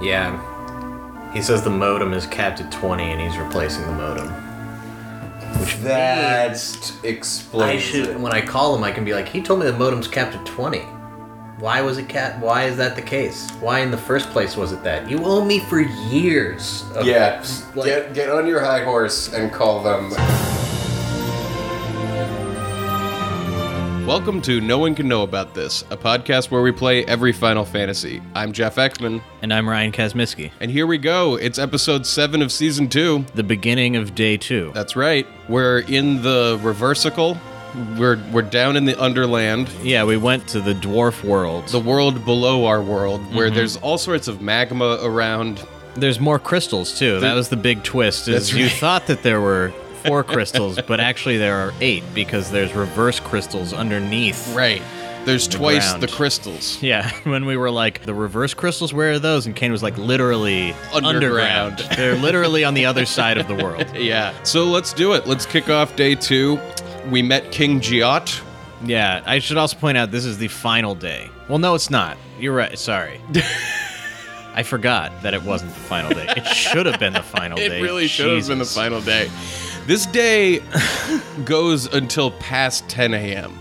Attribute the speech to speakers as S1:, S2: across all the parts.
S1: Yeah. He says the modem is capped at 20 and he's replacing the modem. Which
S2: That
S1: I
S2: explains
S1: should,
S2: it.
S1: when I call him, I can be like, he told me the modem's capped at 20. Why was it capped? Why is that the case? Why in the first place was it that? You owe me for years. Of,
S2: Yeah,
S1: Like-
S2: get get on your high horse and call them. Welcome to No One Can Know About This, a podcast where we play every Final Fantasy. I'm Jeff Ekman,
S3: And I'm Ryan Kazmiski.
S2: and here we go. It's episode seven of season two.
S3: The beginning of day two.
S2: That's right. We're in the reversicle. We're we're down in the underland,
S3: Yeah, we went to the dwarf world.
S2: the world below our world, where there's all sorts of magma around.
S3: There's more crystals too. that was the big twist. Is
S2: That's
S3: you
S2: right.
S3: thought that there were four crystals, but actually there are eight because there's reverse crystals underneath.
S2: Right. There's twice
S3: ground.
S2: the crystals.
S3: Yeah, when we were like the reverse crystals, where are those? And Kane was like, literally
S2: Underground.
S3: underground. They're literally on the other side of the world.
S2: Yeah. So let's do it. Let's kick off day two. We met King Giot.
S3: Yeah, I should also point out this is the final day. Well, no, it's not. You're right. Sorry. I forgot that it wasn't the final day. It should have been the final day.
S2: It really should have been the
S3: Jesus.
S2: final day. This day goes until past 10 a.m.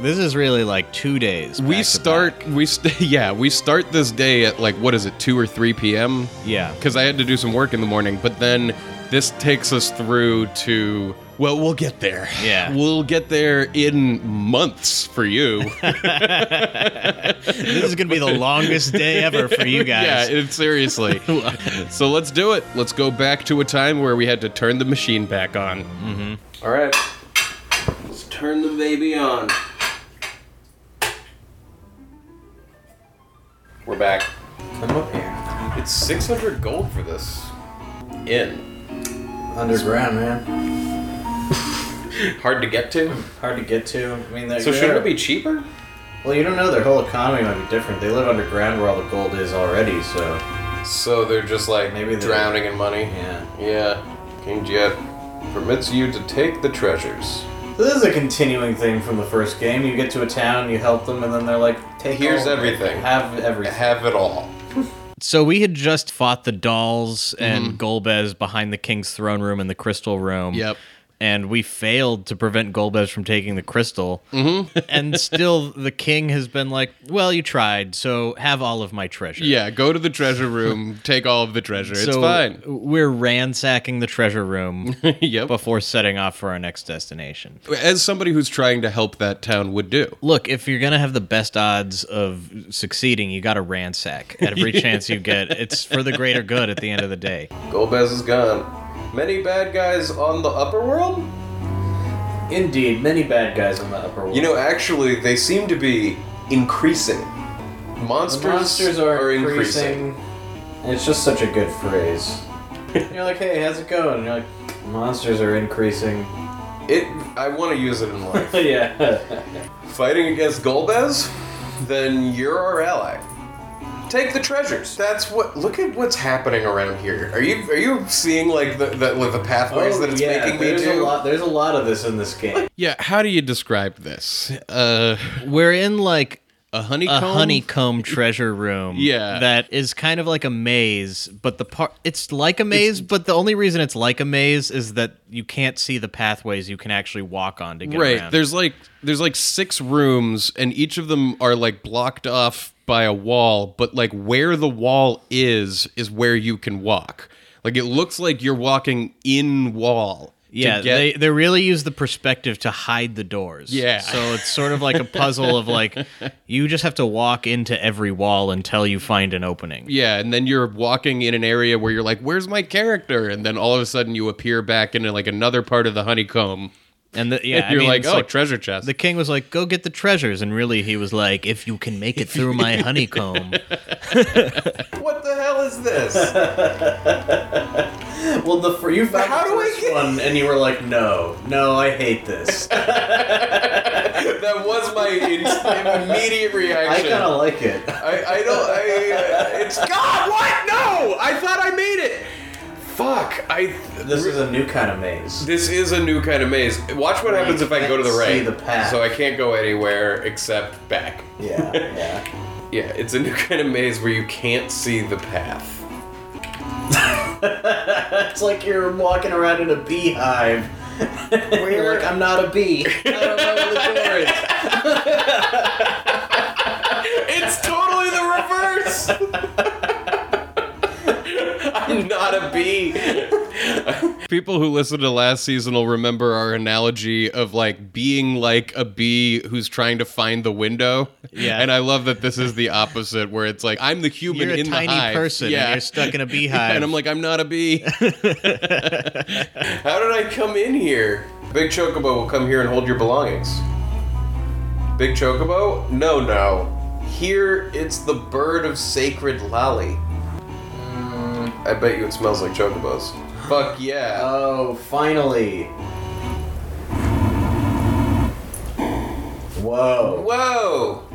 S3: This is really like two days. back
S2: We
S3: to
S2: start.
S3: back.
S2: We st- yeah. We start this day at like what is it, two or three p.m.
S3: Yeah.
S2: Because I had to do some work in the morning. But then this takes us through to. Well, we'll get there.
S3: Yeah.
S2: We'll get there in months for you.
S3: This is going to be the longest day ever for you guys.
S2: Yeah, it, seriously. so let's do it. Let's go back to a time where we had to turn the machine back on. Mm-hmm. All right. Let's turn the baby on. We're back.
S1: I'm up here.
S2: It's 600 gold for this. In.
S1: Underground, man.
S2: Hard to get to.
S1: Hard to get to. I mean, they're-
S2: So shouldn't it
S1: they're-
S2: be cheaper?
S1: Well, you don't know. Their whole economy might be different. They live underground where all the gold is already, so.
S2: So they're just like
S1: Maybe they're-
S2: in money.
S1: Yeah.
S2: yeah. King Jet permits you to take the treasures.
S1: So this is a continuing thing from the first game. You get to a town, you help them, and then they're like, "Take
S2: Here's
S1: all of it.
S2: everything.
S1: Have everything."
S2: Have it all.
S3: So we had just fought the dolls and Golbez behind the king's throne room and the crystal room.
S2: Mm-hmm. Yep.
S3: And we failed to prevent Golbez from taking the crystal. Mm-hmm. and still, the king has been like, "Well, you tried, so have all of my treasure."
S2: Yeah, go to the treasure room, take all of the treasure.
S3: so
S2: it's fine.
S3: We're ransacking the treasure room
S2: yep.
S3: before setting off for our next destination.
S2: As somebody who's trying to help that town would do.
S3: Look, if you're gonna have the best odds of succeeding, you got to ransack every chance you get. It's for the greater good at the end of the day.
S2: Golbez is gone. Many bad guys on the upper world?
S1: Indeed, many bad guys on the upper world.
S2: You know, actually, they seem to be increasing. Monsters,
S1: the monsters are, increasing. And it's just such a good phrase. you're like, "Hey, how's it going?" And you're like, "Monsters are increasing."
S2: It. I want to use it in life.
S1: yeah.
S2: Fighting against Golbez? Then you're our ally. Take the treasures. That's what. Look at what's happening around here. Are you are you seeing like the the, the pathways that it's
S1: Oh, yeah,
S2: making me
S1: there's
S2: do?
S1: a lot. There's a lot of this in this game.
S2: Yeah, how do you describe this? Uh,
S3: We're in like
S2: a honeycomb.
S3: a honeycomb treasure room.
S2: Yeah.
S3: That is kind of like a maze, but the part it's like a maze, but the only reason it's like a maze is that you can't see the pathways you can actually walk on to get
S2: Right.
S3: around.
S2: There's like there's like six rooms, and each of them are like blocked off by a wall. But like where the wall is is where you can walk. Like it looks like you're walking in wall. to
S3: yeah,
S2: get-
S3: they, they really use the perspective to hide the doors.
S2: Yeah.
S3: So it's sort of like a puzzle of like, you just have to walk into every wall until you find an opening.
S2: yeah, and then you're walking in an area where you're like, "Where's my character?" And then all of a sudden you appear back into like another part of the honeycomb.
S3: And the, yeah,
S2: And
S3: I
S2: you're
S3: mean,
S2: like,
S3: it's
S2: "Oh, treasure chest."
S3: The king was like, "Go get the treasures," and really, he was like, "If you can make it through my honeycomb."
S2: what the hell is this?
S1: Well, the fir- you found
S2: How
S1: the
S2: do I
S1: first
S2: get-
S1: one, and you were like, "No, no, I hate this."
S2: that was my in- immediate
S1: I
S2: reaction.
S1: kind of like it.
S2: I, I don't. I, it's God. What? No! I thought I made it. Fuck. I.
S1: This is a new kind of maze.
S2: This is a new kind of maze. Watch what happens if I go to the
S1: can't
S2: right.
S1: see the path.
S2: So I can't go anywhere except back.
S1: Yeah, yeah.
S2: Yeah, it's a new kind of maze where you can't see the path.
S1: It's like you're walking around in a beehive. you're like, I'm not a bee. I don't know where the door is.
S2: It's totally the reverse. I'm not a bee. People who listened to last season will remember our analogy of like being like a bee who's trying to find the window.
S3: Yeah.
S2: And I love that this is the opposite, where it's like I'm the human
S3: You're a
S2: in
S3: tiny
S2: the hive.
S3: person and you're stuck in a beehive.
S2: and I'm like, I'm not a bee. How did I come in here? Big Chocobo will come here and hold your belongings. Big Chocobo? No, no. Here, it's the bird of sacred lolly. Mm, I bet you it smells like chocobos. Fuck
S3: Uh,
S2: yeah.
S1: Oh, finally. Whoa.
S2: Whoa!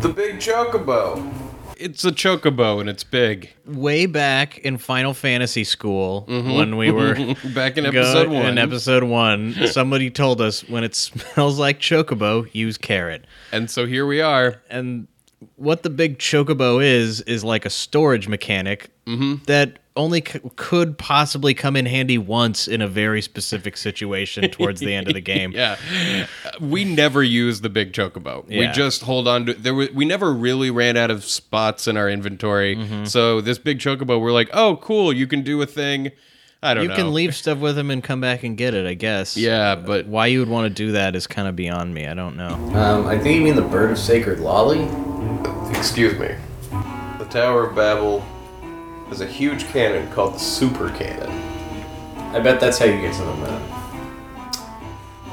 S2: The big chocobo. It's a chocobo and it's big.
S3: way back in Final Fantasy school when we were
S2: Back in
S3: go-
S2: Mm-hmm. episode one.
S3: In episode one, somebody told us when it smells like chocobo, use carrot.
S2: and so here we are.
S3: And what the big chocobo is is like a storage mechanic
S2: Mm-hmm.
S3: that only c- could possibly come in handy once in a very specific situation towards the end of the game.
S2: Yeah. Uh, We never use the big chocobo. We
S3: Yeah.
S2: just hold on to there were, we never really ran out of spots in our inventory.
S1: Mm-hmm.
S2: So this big chocobo we're like, "Oh, cool, you can do a thing." I don't
S3: You
S2: know.
S3: can leave stuff with him and come back and get it, I guess.
S2: Yeah, but
S3: Why you would want to do that is kind of beyond me. I don't know.
S1: Um, I think you mean the bird of sacred lolly?
S2: Excuse me. The Tower of Babel is a huge cannon called the Super Cannon.
S1: I bet that's how you get to the moon.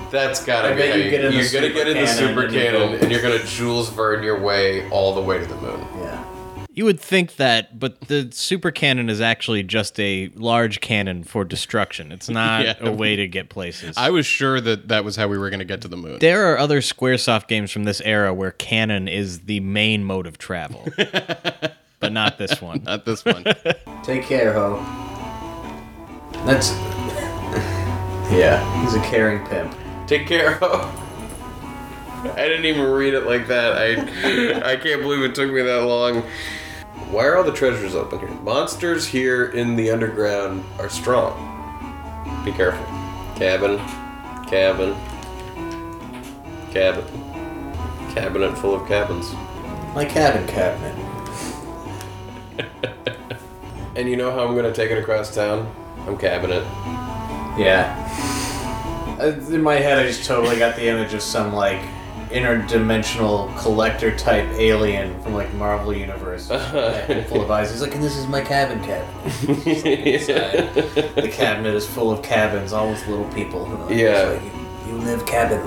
S2: That's gotta
S1: I bet
S2: how
S1: you get in the
S2: you're gonna
S1: super
S2: get in the
S1: cannon
S2: Super
S1: and you
S2: Cannon,
S1: go-
S2: and you're gonna Jules Verne your way all the way to the moon.
S1: Yeah.
S3: You would think that, but the super cannon is actually just a large cannon for destruction. It's not
S2: Yeah.
S3: a way to get places.
S2: I was sure that that was how we were gonna get to the moon.
S3: there are other Squaresoft games from this era where cannon is the main mode of travel, but not this one.
S2: Not this one.
S1: Take care, ho. That's. yeah, he's a caring pimp.
S2: Take care of. I didn't even read it like that. I I can't believe it took me that long. Why are all the treasures open here? Monsters here in the underground are strong. Be careful. Cabin, cabin, cabin, cabinet full of cabins.
S1: My cabin cabinet.
S2: And you know how I'm gonna take it across town? I'm cabinet.
S1: Yeah. Uh, In my head, I just totally got the image of some, like, interdimensional collector type alien from, like, Marvel Universe. full of eyes. He's like, and this is my cabin cabinet. The cabinet is full of cabins, all with little people. Who are like,
S2: Yeah.
S1: it's like, you, you live cabin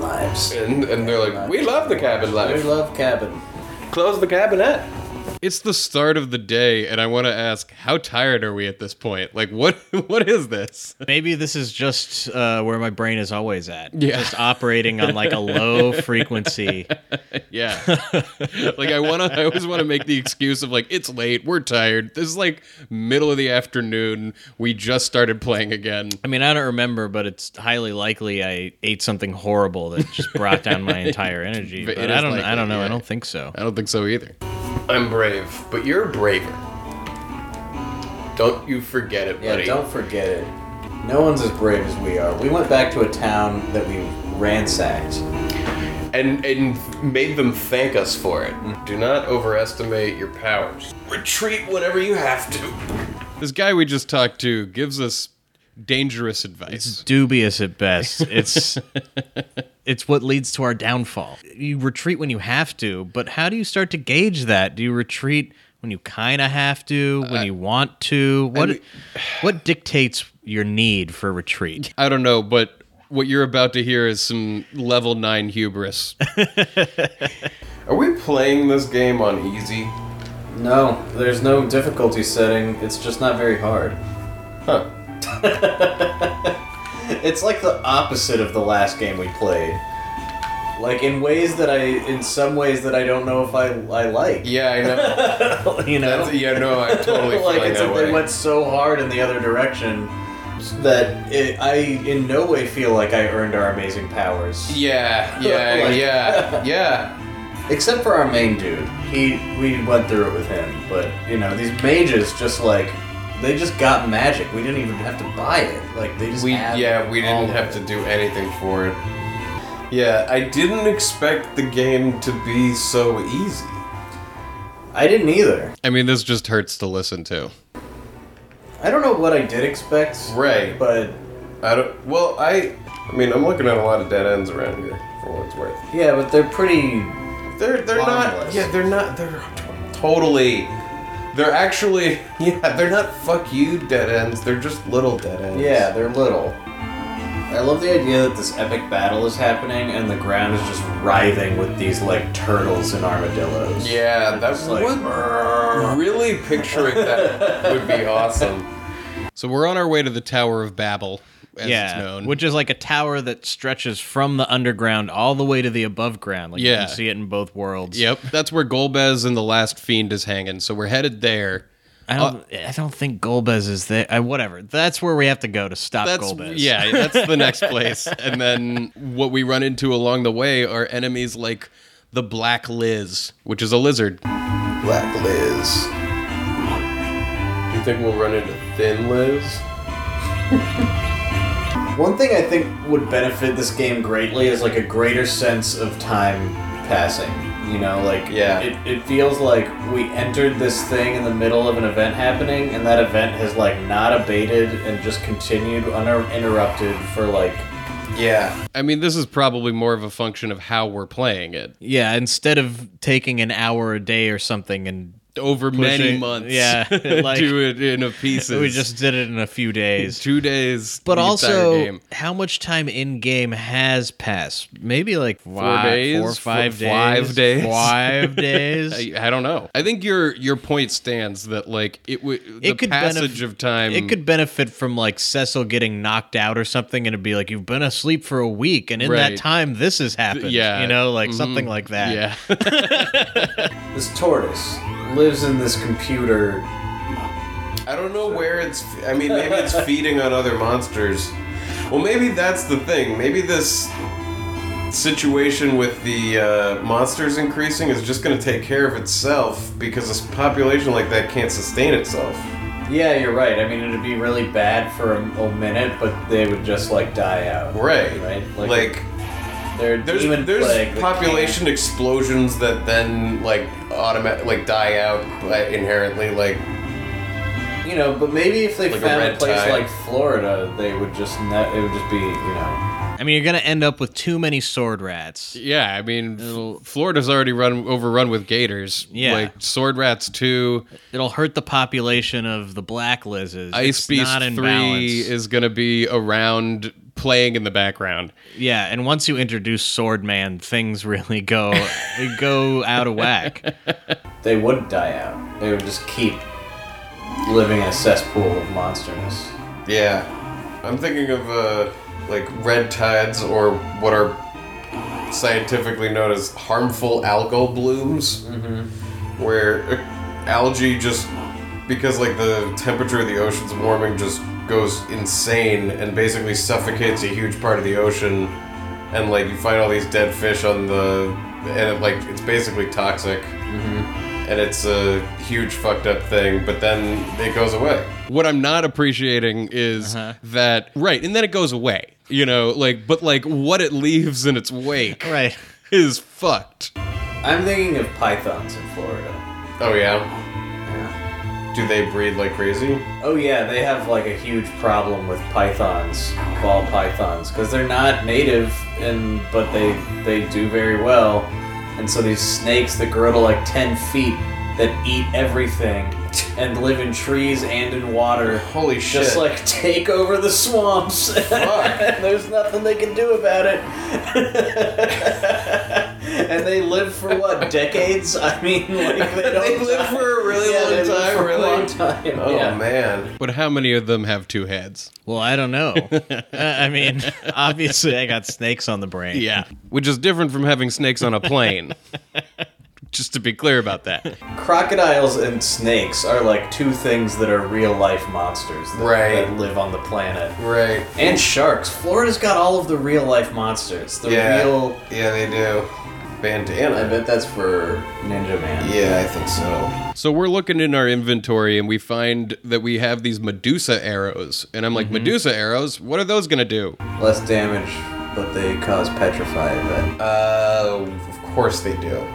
S1: lives.
S2: and, and they're like, we love the cabin life.
S1: We love cabin.
S2: Close the cabinet. It's the start of the day, and I want to ask, how tired are we at this point? Like, what what is this?
S3: Maybe this is just uh, where my brain is always at.
S2: Yeah.
S3: Just operating on like a low frequency.
S2: Yeah, like I want to. I always want to make the excuse of like it's late, we're tired. This is like middle of the afternoon. We just started playing again.
S3: I mean, I don't remember, but it's highly likely I ate something horrible that just brought down my entire energy.
S2: But
S3: But
S2: it
S3: I
S2: is
S3: don't. I
S2: likely,
S3: don't know.
S2: yeah.
S3: I don't think so.
S2: I don't think so either. I'm brave, but you're braver. Don't you forget it,
S1: Yeah, don't forget it. No one's as brave as we are. We went back to a town that we ransacked.
S2: and and made them thank us for it. Do not overestimate your powers. Retreat whenever you have to. This guy we just talked to gives us dangerous advice.
S3: Dubious at best. It's it's what leads to our downfall. You retreat when you have to, but how do you start to gauge that? Do you retreat when you kind of have to, when you want to? What
S2: Uh, mean-
S3: what dictates your need for retreat?
S2: I don't know, but what you're about to hear is some level 9 hubris. Are we playing this game on easy?
S1: No, there's no difficulty setting. It's just not very hard.
S2: Huh.
S1: It's like the opposite of the last game we played. Like in ways that I, in some ways that I don't know if I, I like.
S2: Yeah, I know.
S1: you know.
S2: yeah, no, I totally
S1: like it's like they went so hard in the other direction that it, I in no way feel like I earned our amazing powers.
S2: Yeah,
S1: yeah, Like-
S2: yeah, yeah.
S1: Except for our main dude. He we went through it with him, but you know, these mages just like they just got magic. We didn't even have to buy it. Like they just
S4: We
S1: have
S4: yeah, we
S1: all
S4: didn't
S1: of
S4: have to
S1: it.
S4: do anything for it. Yeah, I didn't expect the game to be so easy.
S1: I didn't either.
S2: I mean, this just hurts to listen to.
S1: I don't know what I did expect.
S4: Right.
S1: But
S4: I don't. Well, I. I mean, I'm looking at a lot of dead ends around here. For what it's worth,
S1: yeah, but they're pretty
S4: they're they're not.
S1: Bottomless.
S4: Yeah, they're not. They're totally. They're actually. Yeah, they're not fuck you dead ends. They're just little dead ends.
S1: Yeah, they're little. I love the idea that this epic battle is happening and the ground is just writhing with these like turtles and armadillos.
S4: Yeah, that's
S1: like-
S4: like really picturing that would be awesome.
S2: So we're on our way to the Tower of Babel, as it's
S3: yeah,
S2: known.
S3: Uh, which is like a tower that stretches from the underground all the way to the above ground. Like you
S2: Yeah.
S3: can see it in both worlds.
S2: yep, that's where Golbez and the Last Fiend is hanging. So we're headed there.
S3: I don't. I don't think Golbez is there. I, whatever. That's where we have to go to stop
S2: That's
S3: Golbez.
S2: yeah, that's the next place. And then what we run into along the way are enemies like the Black Liz, which is a lizard.
S4: Black Liz. Do you think we'll run into Thin Liz?
S1: One thing I think would benefit this game greatly is like a greater sense of time passing. You know, like
S4: Yeah.
S1: it, it feels like we entered this thing in the middle of an event happening, and that event has like not abated and just continued uninterrupted for like
S4: Yeah.
S2: I mean, this is probably more of a function of how we're playing it
S3: Yeah. Instead of taking an hour a day or something, and
S2: over many
S3: Pushing-
S2: months.
S3: yeah, like-
S2: do it in a pieces.
S3: we just did it in a few days.
S2: two days.
S3: But
S2: the entire
S3: also,
S2: game.
S3: how much time in game has passed? Maybe like four
S2: days?
S3: four or five
S2: Four-
S3: days,
S2: five days?
S3: five days.
S2: I, I don't know. I think your your point stands that like it would the
S3: could
S2: passage
S3: benef-
S2: of time.
S3: It could benefit from like Cecil getting knocked out or something, and it'd be like you've been asleep for a week, and in that
S2: Right.
S3: time, this has happened.
S2: yeah. Mm-hmm.
S3: you know, like something like that.
S2: yeah.
S1: this tortoise lives in this computer
S4: I don't know where it's. I mean, maybe it's feeding on other monsters. Well, maybe that's the thing. Maybe this situation with the uh, monsters increasing is just going to take care of itself because a population like that can't sustain itself.
S1: Yeah, you're right. I mean, it'd be really bad for a, a minute, but they would just like die out.
S4: Right.
S1: Right.
S4: Like,
S1: they're
S4: there's
S1: demon
S4: there's
S1: plague that
S4: population explosions that then like automatic like die out uh, inherently like
S1: can't- You know, but maybe if they
S4: Like a
S1: found a,
S4: red
S1: place
S4: tide.
S1: like Florida, they would just ne- it would just be you know.
S3: I mean, you're gonna end up with too many sword rats.
S2: Yeah, I mean, F- Florida's already run overrun with gators.
S3: Yeah.
S2: like sword rats two,
S3: It'll hurt the population of the black lizards.
S2: ice
S3: It's
S2: beast
S3: not in
S2: three
S3: balance.
S2: is gonna be around playing in the background.
S3: yeah, and once you introduce Swordman, things really go they go out of whack.
S1: They would die out. They would just keep living in a cesspool of monsterness.
S4: Yeah, I'm thinking of uh, like red tides or what are scientifically known as harmful algal blooms, where algae just because like the temperature of the ocean's warming just goes insane and basically suffocates a huge part of the ocean, and like you find all these dead fish on the and it, like it's basically toxic. And it's a huge fucked up thing, but then it goes away.
S2: What I'm not appreciating is that right, and then it goes away. You know, like but like what it leaves in its wake
S3: right.
S2: is fucked.
S1: I'm thinking of pythons in Florida.
S4: Oh yeah. Do they breed like crazy?
S1: Oh yeah, they have like a huge problem with pythons, ball pythons, because they're not native, and but they they do very well. And so these snakes that grow to like ten feet that eat everything and live in trees and in water,
S4: Holy shit!
S1: just like take over the swamps. and there's nothing they can do about it. and they live for what decades? I mean, like they don't.
S4: They live
S1: die.
S4: for a really
S1: Yeah,
S4: long
S1: they live
S4: time,
S1: for
S4: really.
S1: A long time.
S4: oh
S1: yeah.
S4: man.
S2: But how many of them have two heads?
S3: Well, I don't know. Uh, I mean, obviously, I got snakes on the brain.
S2: Yeah, which is different from having snakes on a plane. Just to be clear about that.
S1: Crocodiles and snakes are like two things that are real life monsters that,
S4: Right.
S1: that live on the planet.
S4: Right.
S1: And sharks. Florida's got all of the real life monsters. The
S4: Yeah.
S1: real
S4: Yeah, they do.
S1: I
S4: bandana.
S1: bet that's for Ninja Man.
S4: Yeah, I think so.
S2: So we're looking in our inventory and we find that we have these Medusa arrows. And I'm like,
S1: Mm-hmm.
S2: Medusa arrows? What are those going to do?
S1: Less damage, but they cause petrify, I bet.
S4: Uh, of course they do.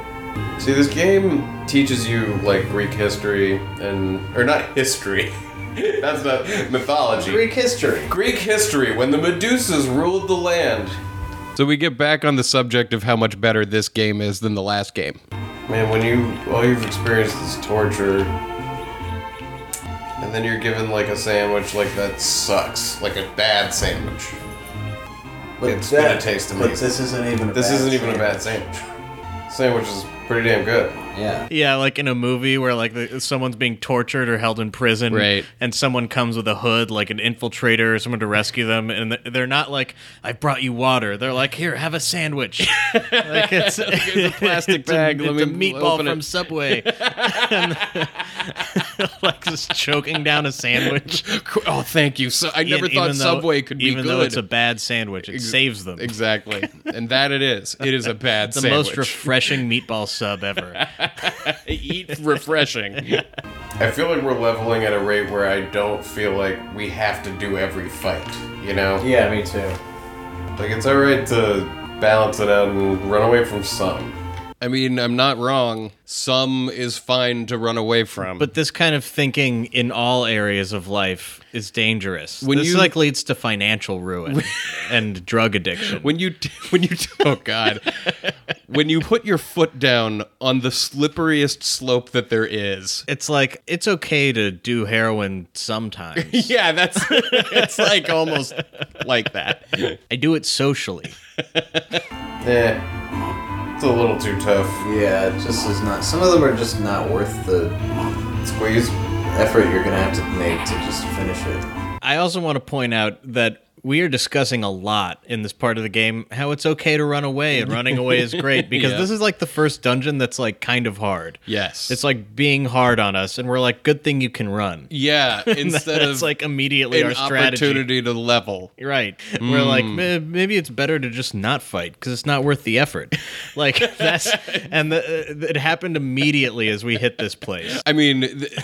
S4: See, this game teaches you like Greek history and or not history. That's not mythology.
S1: Greek history.
S4: Greek history when the Medusas ruled the land.
S2: So we get back on the subject of how much better this game is than the last game.
S4: Man, when you all you've experienced is torture, and then you're given like a sandwich like that sucks, like a bad sandwich.
S1: But
S4: It's gonna taste
S1: But
S4: amazing.
S1: this isn't even a
S4: This
S1: bad
S4: isn't even a
S1: sandwich.
S4: bad sandwich. Sandwich is pretty damn good.
S1: Yeah.
S3: Yeah, like in a movie where like the, someone's being tortured or held in prison,
S2: Right.
S3: And someone comes with a hood, like an infiltrator or someone to rescue them, and th- they're not like, "I brought you water." They're like, "Here, have a sandwich." like it's,
S2: Here's a plastic
S3: it's a-
S2: bag, let
S3: it's a
S2: me
S3: meatball
S2: open
S3: from
S2: it.
S3: Subway. And- like just choking down a sandwich.
S2: Oh, thank you. So I never
S3: Even-
S2: thought
S3: even though-
S2: Subway could be
S3: even
S2: good.
S3: though it's a bad sandwich, it saves them.
S2: exactly. and that it is. It is a bad
S3: The
S2: sandwich.
S3: most refreshing meatball sub ever.
S2: Eat refreshing.
S4: I feel like we're leveling at a rate where I don't feel like we have to do every fight. You know,
S1: Yeah, me too.
S4: like it's all right to balance it out and run away from some.
S2: I mean, I'm not wrong. Some is fine to run away from.
S3: But this kind of thinking in all areas of life is dangerous.
S2: When
S3: this
S2: you-
S3: like leads to financial ruin and drug addiction.
S2: when you when you oh god when you put your foot down on the slipperiest slope that there is
S3: it's like it's okay to do heroin sometimes.
S2: yeah that's it's like almost like that
S3: I do it socially.
S4: Eh, it's a little too tough.
S1: Yeah, it just is not. Some of them are just not worth the
S4: Squeeze.
S1: effort you're gonna have to make to just finish it.
S3: I also want to point out that we are discussing a lot in this part of the game how it's okay to run away and running away is great because
S2: Yeah.
S3: this is like the first dungeon that's like kind of hard.
S2: yes
S3: It's like being hard on us and we're like good thing you can run.
S2: yeah instead
S3: That's
S2: of
S3: like immediately our
S2: an
S3: strategy.
S2: opportunity Hmm. to level
S3: Right. We're like, "Eh, maybe it's better to just not fight because it's not worth the effort. Like that's and the, uh, it happened immediately as we hit this place.
S2: i mean the,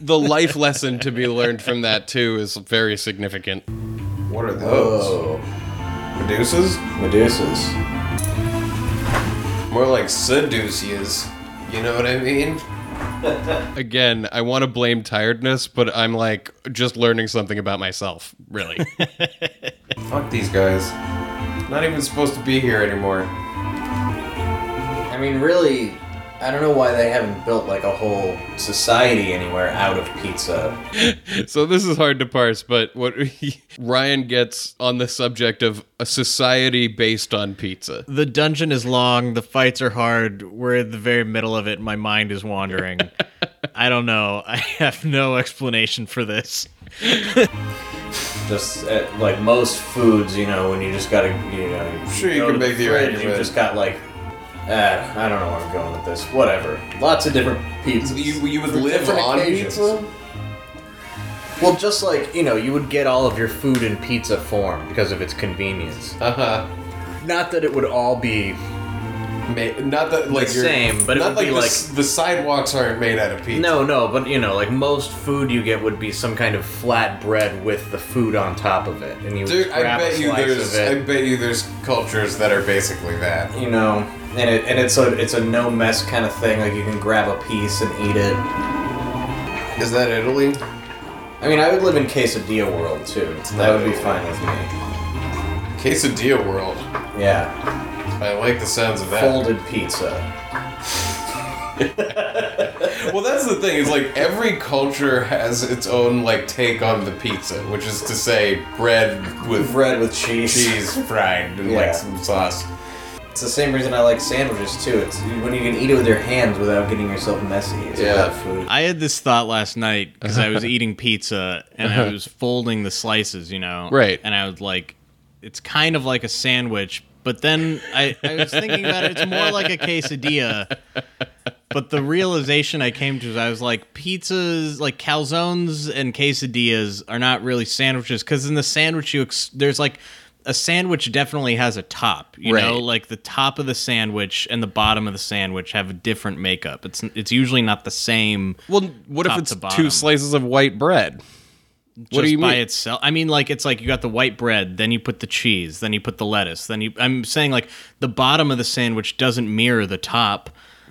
S2: the life lesson to be learned from that too is very significant
S4: What are those?
S1: Oh,
S4: Medusas?
S1: Medusa's.
S4: More like seduces. You know what I mean?
S2: again i want to blame tiredness but i'm like just learning something about myself really
S4: Fuck these guys. Not even supposed to be here anymore.
S1: I mean, really, I don't know why they haven't built like a whole society anywhere out of pizza.
S2: So this is hard to parse, but what Ryan gets on the subject of a society based on pizza.
S3: The dungeon is long, the fights are hard, we're in the very middle of it, and my mind is wandering. I don't know. I have no explanation for this.
S1: Just uh like most foods, you know, when you just gotta, you know,
S4: Sure, you
S1: go
S4: can
S1: to
S4: make the
S1: fridge,
S4: argument.
S1: You've just got like, uh, I don't know where I'm going with this. Whatever. Lots of different pizzas.
S4: You, you would
S1: for
S4: live
S1: different
S4: on
S1: occasions.
S4: pizza?
S1: Well, just like you know, you would get all of your food in pizza form because of its convenience.
S4: Uh huh.
S1: Not that it would all be
S4: Ma- not that like you're-
S1: same, but it
S4: not
S1: would be
S4: the, s- the sidewalks aren't made out of pizza.
S1: No, no, but you know, like most food you get would be some kind of flat bread with the food on top of it, and you
S4: Dude,
S1: would
S4: I
S1: grab a
S4: bet you
S1: slice
S4: there's
S1: of
S4: I
S1: it.
S4: bet you there's cultures that are basically that.
S1: you know, and it and it's a it's a no mess kind of thing. Like you can grab a piece and eat it.
S4: Is that Italy?
S1: I mean, I would live in quesadilla world too. That would be fine with me.
S4: Quesadilla world.
S1: Yeah,
S4: I like the sounds of that.
S1: folded pizza.
S4: Well, that's the thing. Is like every culture has its own like take on the pizza, which is to say, bread with
S1: Bread with cheese.
S4: cheese fried and
S1: Yeah.
S4: like some sauce.
S1: It's the same reason I like sandwiches too. It's when you can eat it with your hands without getting yourself messy. It's
S4: Yeah.
S1: about food.
S3: I had this thought last night because I was eating pizza and I was folding the slices, you know.
S2: Right.
S3: And I was like, it's kind of like a sandwich, but then I, I was thinking about it, it's more like a quesadilla. But the realization I came to is I was like, pizzas, like calzones and quesadillas are not really sandwiches because in the sandwich, you ex- there's like a sandwich definitely has a top. You know,
S2: Right.
S3: like the top of the sandwich and the bottom of the sandwich have a different makeup. It's it's usually not the same.
S2: Well, what if
S3: Top
S2: it's
S3: to bottom.
S2: two slices of white bread?
S3: Just
S2: do you
S3: by
S2: mean?
S3: itself. I mean, like it's like you got the white bread, then you put the cheese, then you put the lettuce, then you. I'm saying like the bottom of the sandwich doesn't mirror the top.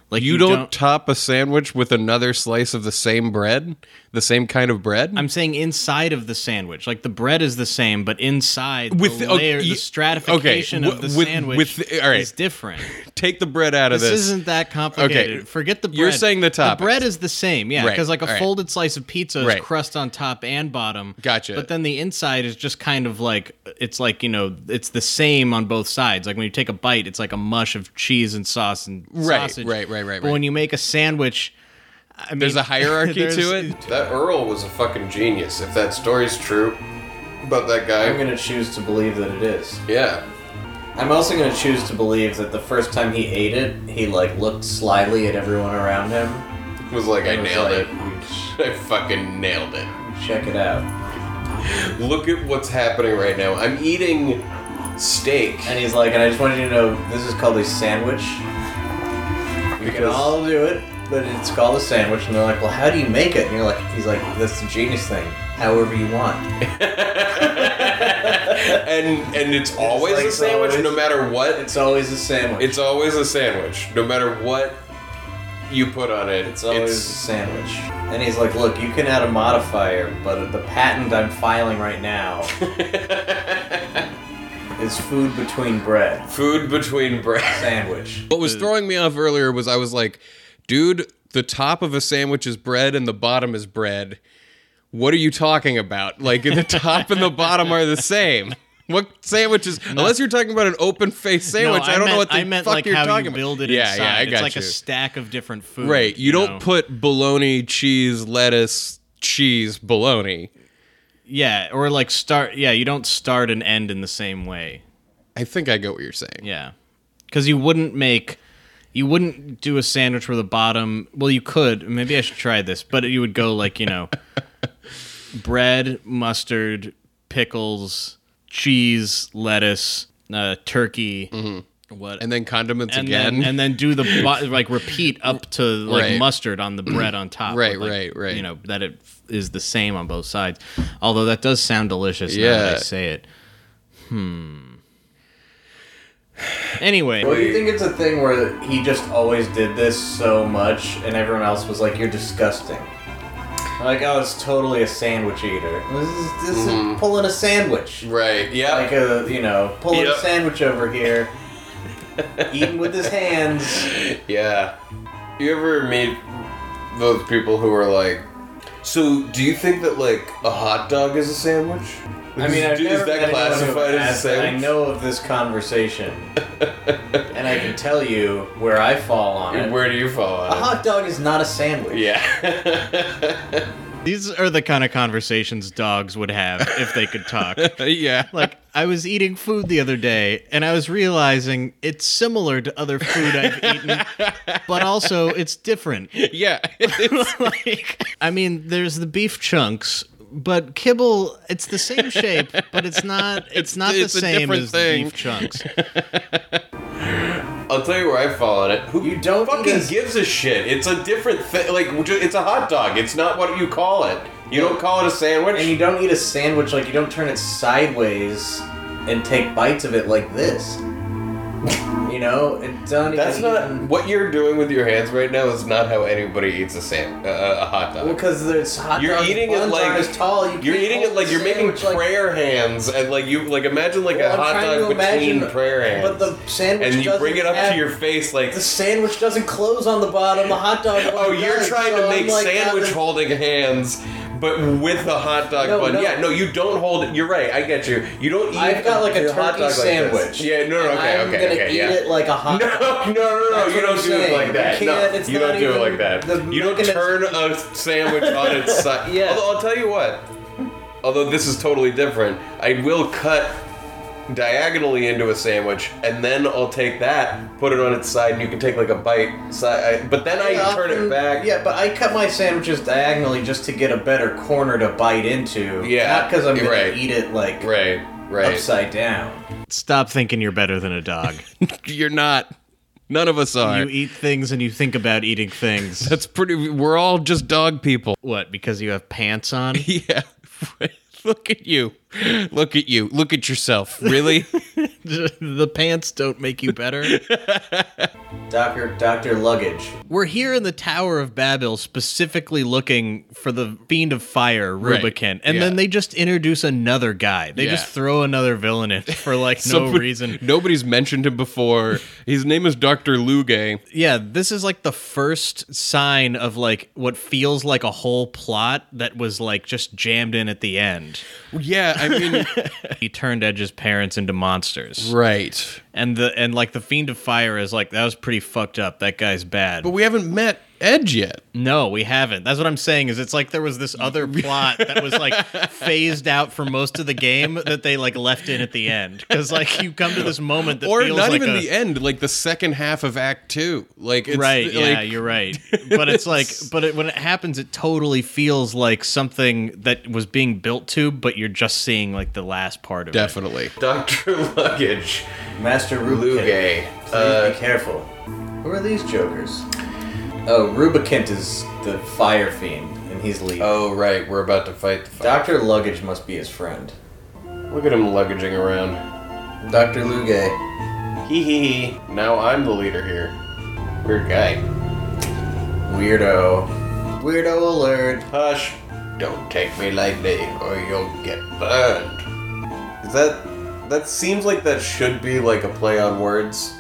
S3: Like
S2: You, don't, top a sandwich with another slice of the same bread, the same kind of bread.
S3: I'm saying inside of the sandwich, like the bread is the same, but inside
S2: With-
S3: the
S2: okay,
S3: layer,
S2: y-
S3: the stratification
S2: okay,
S3: of the
S2: with-
S3: sandwich
S2: with- all right.
S3: is different.
S2: Take the bread out of
S3: This,
S2: this.
S3: isn't that complicated. Forget the bread.
S2: You're saying the toppings.
S3: The bread is the same, yeah,
S2: Right,
S3: because like a
S2: all right.
S3: folded slice of pizza is
S2: Right.
S3: crust on top and bottom.
S2: Gotcha.
S3: But then the inside is just kind of like it's like you know it's the same on both sides. Like when you take a bite, it's like a mush of cheese and sauce and
S2: Right,
S3: sausage.
S2: right, right, right,
S3: But
S2: right.
S3: when you make a sandwich, I mean,
S2: There's a hierarchy
S3: there's-
S2: to it.
S4: That Earl was a fucking genius. If that story's true about that guy,
S1: I'm gonna choose to believe that it is.
S4: yeah.
S1: I'm also gonna choose to believe that the first time he ate it, he like looked slyly at everyone around him.
S4: It was like I
S1: It was
S4: nailed
S1: like,
S4: it. I fucking nailed it.
S1: Check it out.
S4: Look at what's happening right now. I'm eating steak
S1: And he's like, and I just want you to know this is called a sandwich. We can
S4: Because-
S1: all do it, but it's called a sandwich. And they're like, well, how do you make it? And you're like, he's like, that's the genius thing. However you want.
S4: and and it's always
S1: like
S4: a sandwich
S1: always-
S4: no matter what. It's
S1: It's always a sandwich.
S4: it's always a sandwich no matter what you put on it.
S1: It's always a sandwich. And he's like, look, you can add a modifier, but the patent I'm filing right now is food between bread.
S4: food between bread.
S1: Sandwich.
S2: What
S3: Uh,
S2: was throwing me off earlier was I was like, dude, the top of a sandwich is bread and the bottom is bread. What are you talking about? Like the top and the bottom are the same. What sandwiches? Unless you're talking about an open faced
S3: No,
S2: sandwich, I, don't
S3: meant,
S2: know what the
S3: I meant
S2: fuck
S3: like
S2: you're
S3: how
S2: talking
S3: you
S2: about.
S3: build it
S2: yeah,
S3: inside.
S2: yeah, I got
S3: it's like
S2: you.
S3: a stack of different food.
S2: right, you, don't
S3: know?
S2: put bologna, cheese, lettuce, cheese, bologna.
S3: Yeah, or like start. Yeah, you don't start and end in the same way.
S2: I think I get what you're saying.
S3: Yeah, because you wouldn't make, you wouldn't do a sandwich where the bottom. Well, you could. Maybe I should try this, but you would go like you know, bread, mustard, pickles, cheese, lettuce, uh, turkey, what,
S2: And then condiments
S3: and
S2: again.
S3: then, and then do the bo- like repeat up to like
S2: Right.
S3: mustard on the bread on top.
S2: Right,
S3: with, like,
S2: right, right.
S3: You know that it f- is the same on both sides. Although that does sound delicious. Yeah, now that I
S2: Yeah.
S3: say it. Hmm. Anyway,
S1: Well, you think it's a thing where he just always did this so much, and everyone else was like, "You're disgusting." Like, oh, it's totally a sandwich eater. This is this
S4: Mm-hmm.
S1: is pulling a sandwich.
S4: Right. Yeah.
S1: Like a you know pulling
S4: Yep.
S1: a sandwich over here, eating with his hands.
S4: Yeah. You ever meet those people who are like, so do you think that like a hot dog is a sandwich?
S1: I mean,
S4: is,
S1: I've
S4: is
S1: never met
S4: that
S1: anyone who
S4: classified as a
S1: asked, but I
S4: sandwich?
S1: know of this conversation, and I can tell you where I fall on it.
S4: Where do you fall on
S1: a
S4: it?
S1: hot dog is not a sandwich.
S4: yeah.
S3: these are the kind of conversations dogs would have if they could talk.
S2: yeah.
S3: Uh, like I was eating food the other day and I was realizing it's similar to other food I've eaten, but also it's different.
S2: yeah.
S3: like, I mean, there's the beef chunks, but kibble, it's the same shape, but it's not. It's, not
S2: it's
S3: the
S2: a
S3: same
S2: different
S3: as
S2: thing.
S3: the beef chunks.
S4: I'll tell you where I fall on it. Who
S1: You don't eat
S4: fucking
S1: a-
S4: gives a shit? It's a different thing. Like ju- it's a hot dog. It's not what you call it. You don't call it a sandwich.
S1: And you don't eat a sandwich like you don't turn it sideways and take bites of it like this. You know, it done.
S4: That's not what you're doing with your hands right now. Is not how anybody eats a sand uh, a hot dog.
S1: because it's hot.
S4: You're
S1: dogs,
S4: eating it
S1: buns
S4: like
S1: aren't as tall. You
S4: you're
S1: can't
S4: eating it
S1: hold
S4: like
S1: the
S4: you're making
S1: sandwich like-
S4: prayer hands and like you like imagine like
S1: Well,
S4: a
S1: I'm
S4: hot
S1: trying
S4: dog
S1: to
S4: between
S1: imagine,
S4: prayer hands.
S1: but the sandwich
S4: and you
S1: doesn't
S4: bring it up
S1: have-
S4: to your face like
S1: The sandwich doesn't close on the bottom. The hot dog.
S4: oh
S1: does,
S4: you're trying
S1: so
S4: to
S1: I'm
S4: make
S1: like, God,
S4: sandwich
S1: this-
S4: holding hands but with a hot dog
S1: No,
S4: bun.
S1: no.
S4: Yeah, no, you don't hold it. You're right. I get you. You don't eat
S1: I've got like a
S4: hot dog
S1: turkey
S4: like this.
S1: sandwich.
S4: yeah, no, no,
S1: and
S4: okay,
S1: I'm
S4: okay,
S1: gonna
S4: okay,
S1: eat
S4: yeah.
S1: it like a hot.
S4: No,
S1: dog.
S4: no, no, no!
S1: Uh, That's
S4: You
S1: what
S4: don't
S1: I'm
S4: do it
S1: saying.
S4: like that.
S1: You
S4: No,
S1: can't- it's
S4: you don't
S1: not
S4: do it
S1: even-
S4: like that.
S1: the
S4: You don't
S1: mechanism-
S4: turn a sandwich on its side.
S1: Yeah.
S4: Although I'll tell you what, although this is totally different, I will cut diagonally into a sandwich, and then I'll take that, put it on its side, and you can take like a bite side. But then I turn
S1: often-
S4: it back.
S1: Yeah, but I cut my sandwiches diagonally just to get a better corner to bite into.
S4: Yeah,
S1: not because I'm gonna
S4: right.
S1: eat it like
S4: Right. Right.
S1: upside down.
S3: Stop thinking you're better than a dog.
S2: You're not. None of us are.
S3: you eat things and you think about eating things.
S2: That's pretty. We're all just dog people.
S3: what? Because you have pants on?
S2: Yeah. Look at you. Look at you. Look at yourself. Really?
S3: the pants don't make you better.
S1: Doctor, Doctor Luggage.
S3: We're here in the Tower of Babel specifically looking for the Fiend of Fire,
S2: Right,
S3: Rubicon. And
S2: yeah.
S3: then they just introduce another guy. They
S2: Yeah.
S3: just throw another villain in for like no
S2: Somebody-
S3: reason.
S2: Nobody's mentioned him before. His name is Dr. Luge.
S3: Yeah, this is like the first sign of like what feels like a whole plot that was like just jammed in at the end.
S2: Yeah, I mean,
S3: He turned Edge's parents into monsters.
S2: right.
S3: And the and like the Fiend of Fire is like that was pretty fucked up. That guy's bad.
S2: But we haven't met Edge yet.
S3: No, we haven't. That's what I'm saying. Is it's like there was this other plot that was like phased out for most of the game that they like left in at the end because like you come to this moment that
S2: Or
S3: feels
S2: not
S3: like
S2: even
S3: a,
S2: the end, like the second half of Act Two. Like, it's
S3: right.
S2: like,
S3: yeah, you're right. But it's like, but it, when it happens, it totally feels like something that was being built to, but you're just seeing like the last part of it.
S2: definitely.
S4: Dr. Luggage.
S1: Master Rubicon.
S4: Luge.
S1: Please
S4: Uh,
S1: be careful. Who are these jokers? Oh, Rubicant is the fire fiend, and he's leaving.
S4: oh, right. We're about to fight the fight.
S1: Doctor Luggage must be his friend.
S4: Look at him luggaging around.
S1: Doctor Luge. Hee hee hee.
S4: Now I'm the leader here. Weird guy.
S1: Weirdo. Weirdo alert.
S4: Hush. Don't take me lightly, or you'll get burned. Is that. That seems like that should be like a play on words.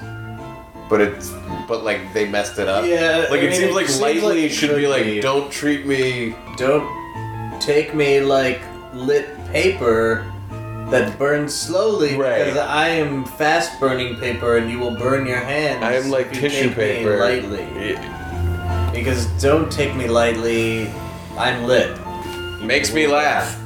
S4: But it's. But like they messed it up.
S1: Yeah,
S4: Like
S1: I
S4: it
S1: mean,
S4: seems
S1: it
S4: like
S1: seems
S4: lightly
S1: like it
S4: should
S1: should
S4: be like,
S1: be.
S4: don't treat me.
S1: Don't take me like lit paper that burns slowly
S4: Right.
S1: because I am fast burning paper and you will burn your hands.
S4: I am like
S1: if you
S4: tissue
S1: take me
S4: paper.
S1: lightly. Because don't take me lightly. I'm lit.
S4: Makes me laugh.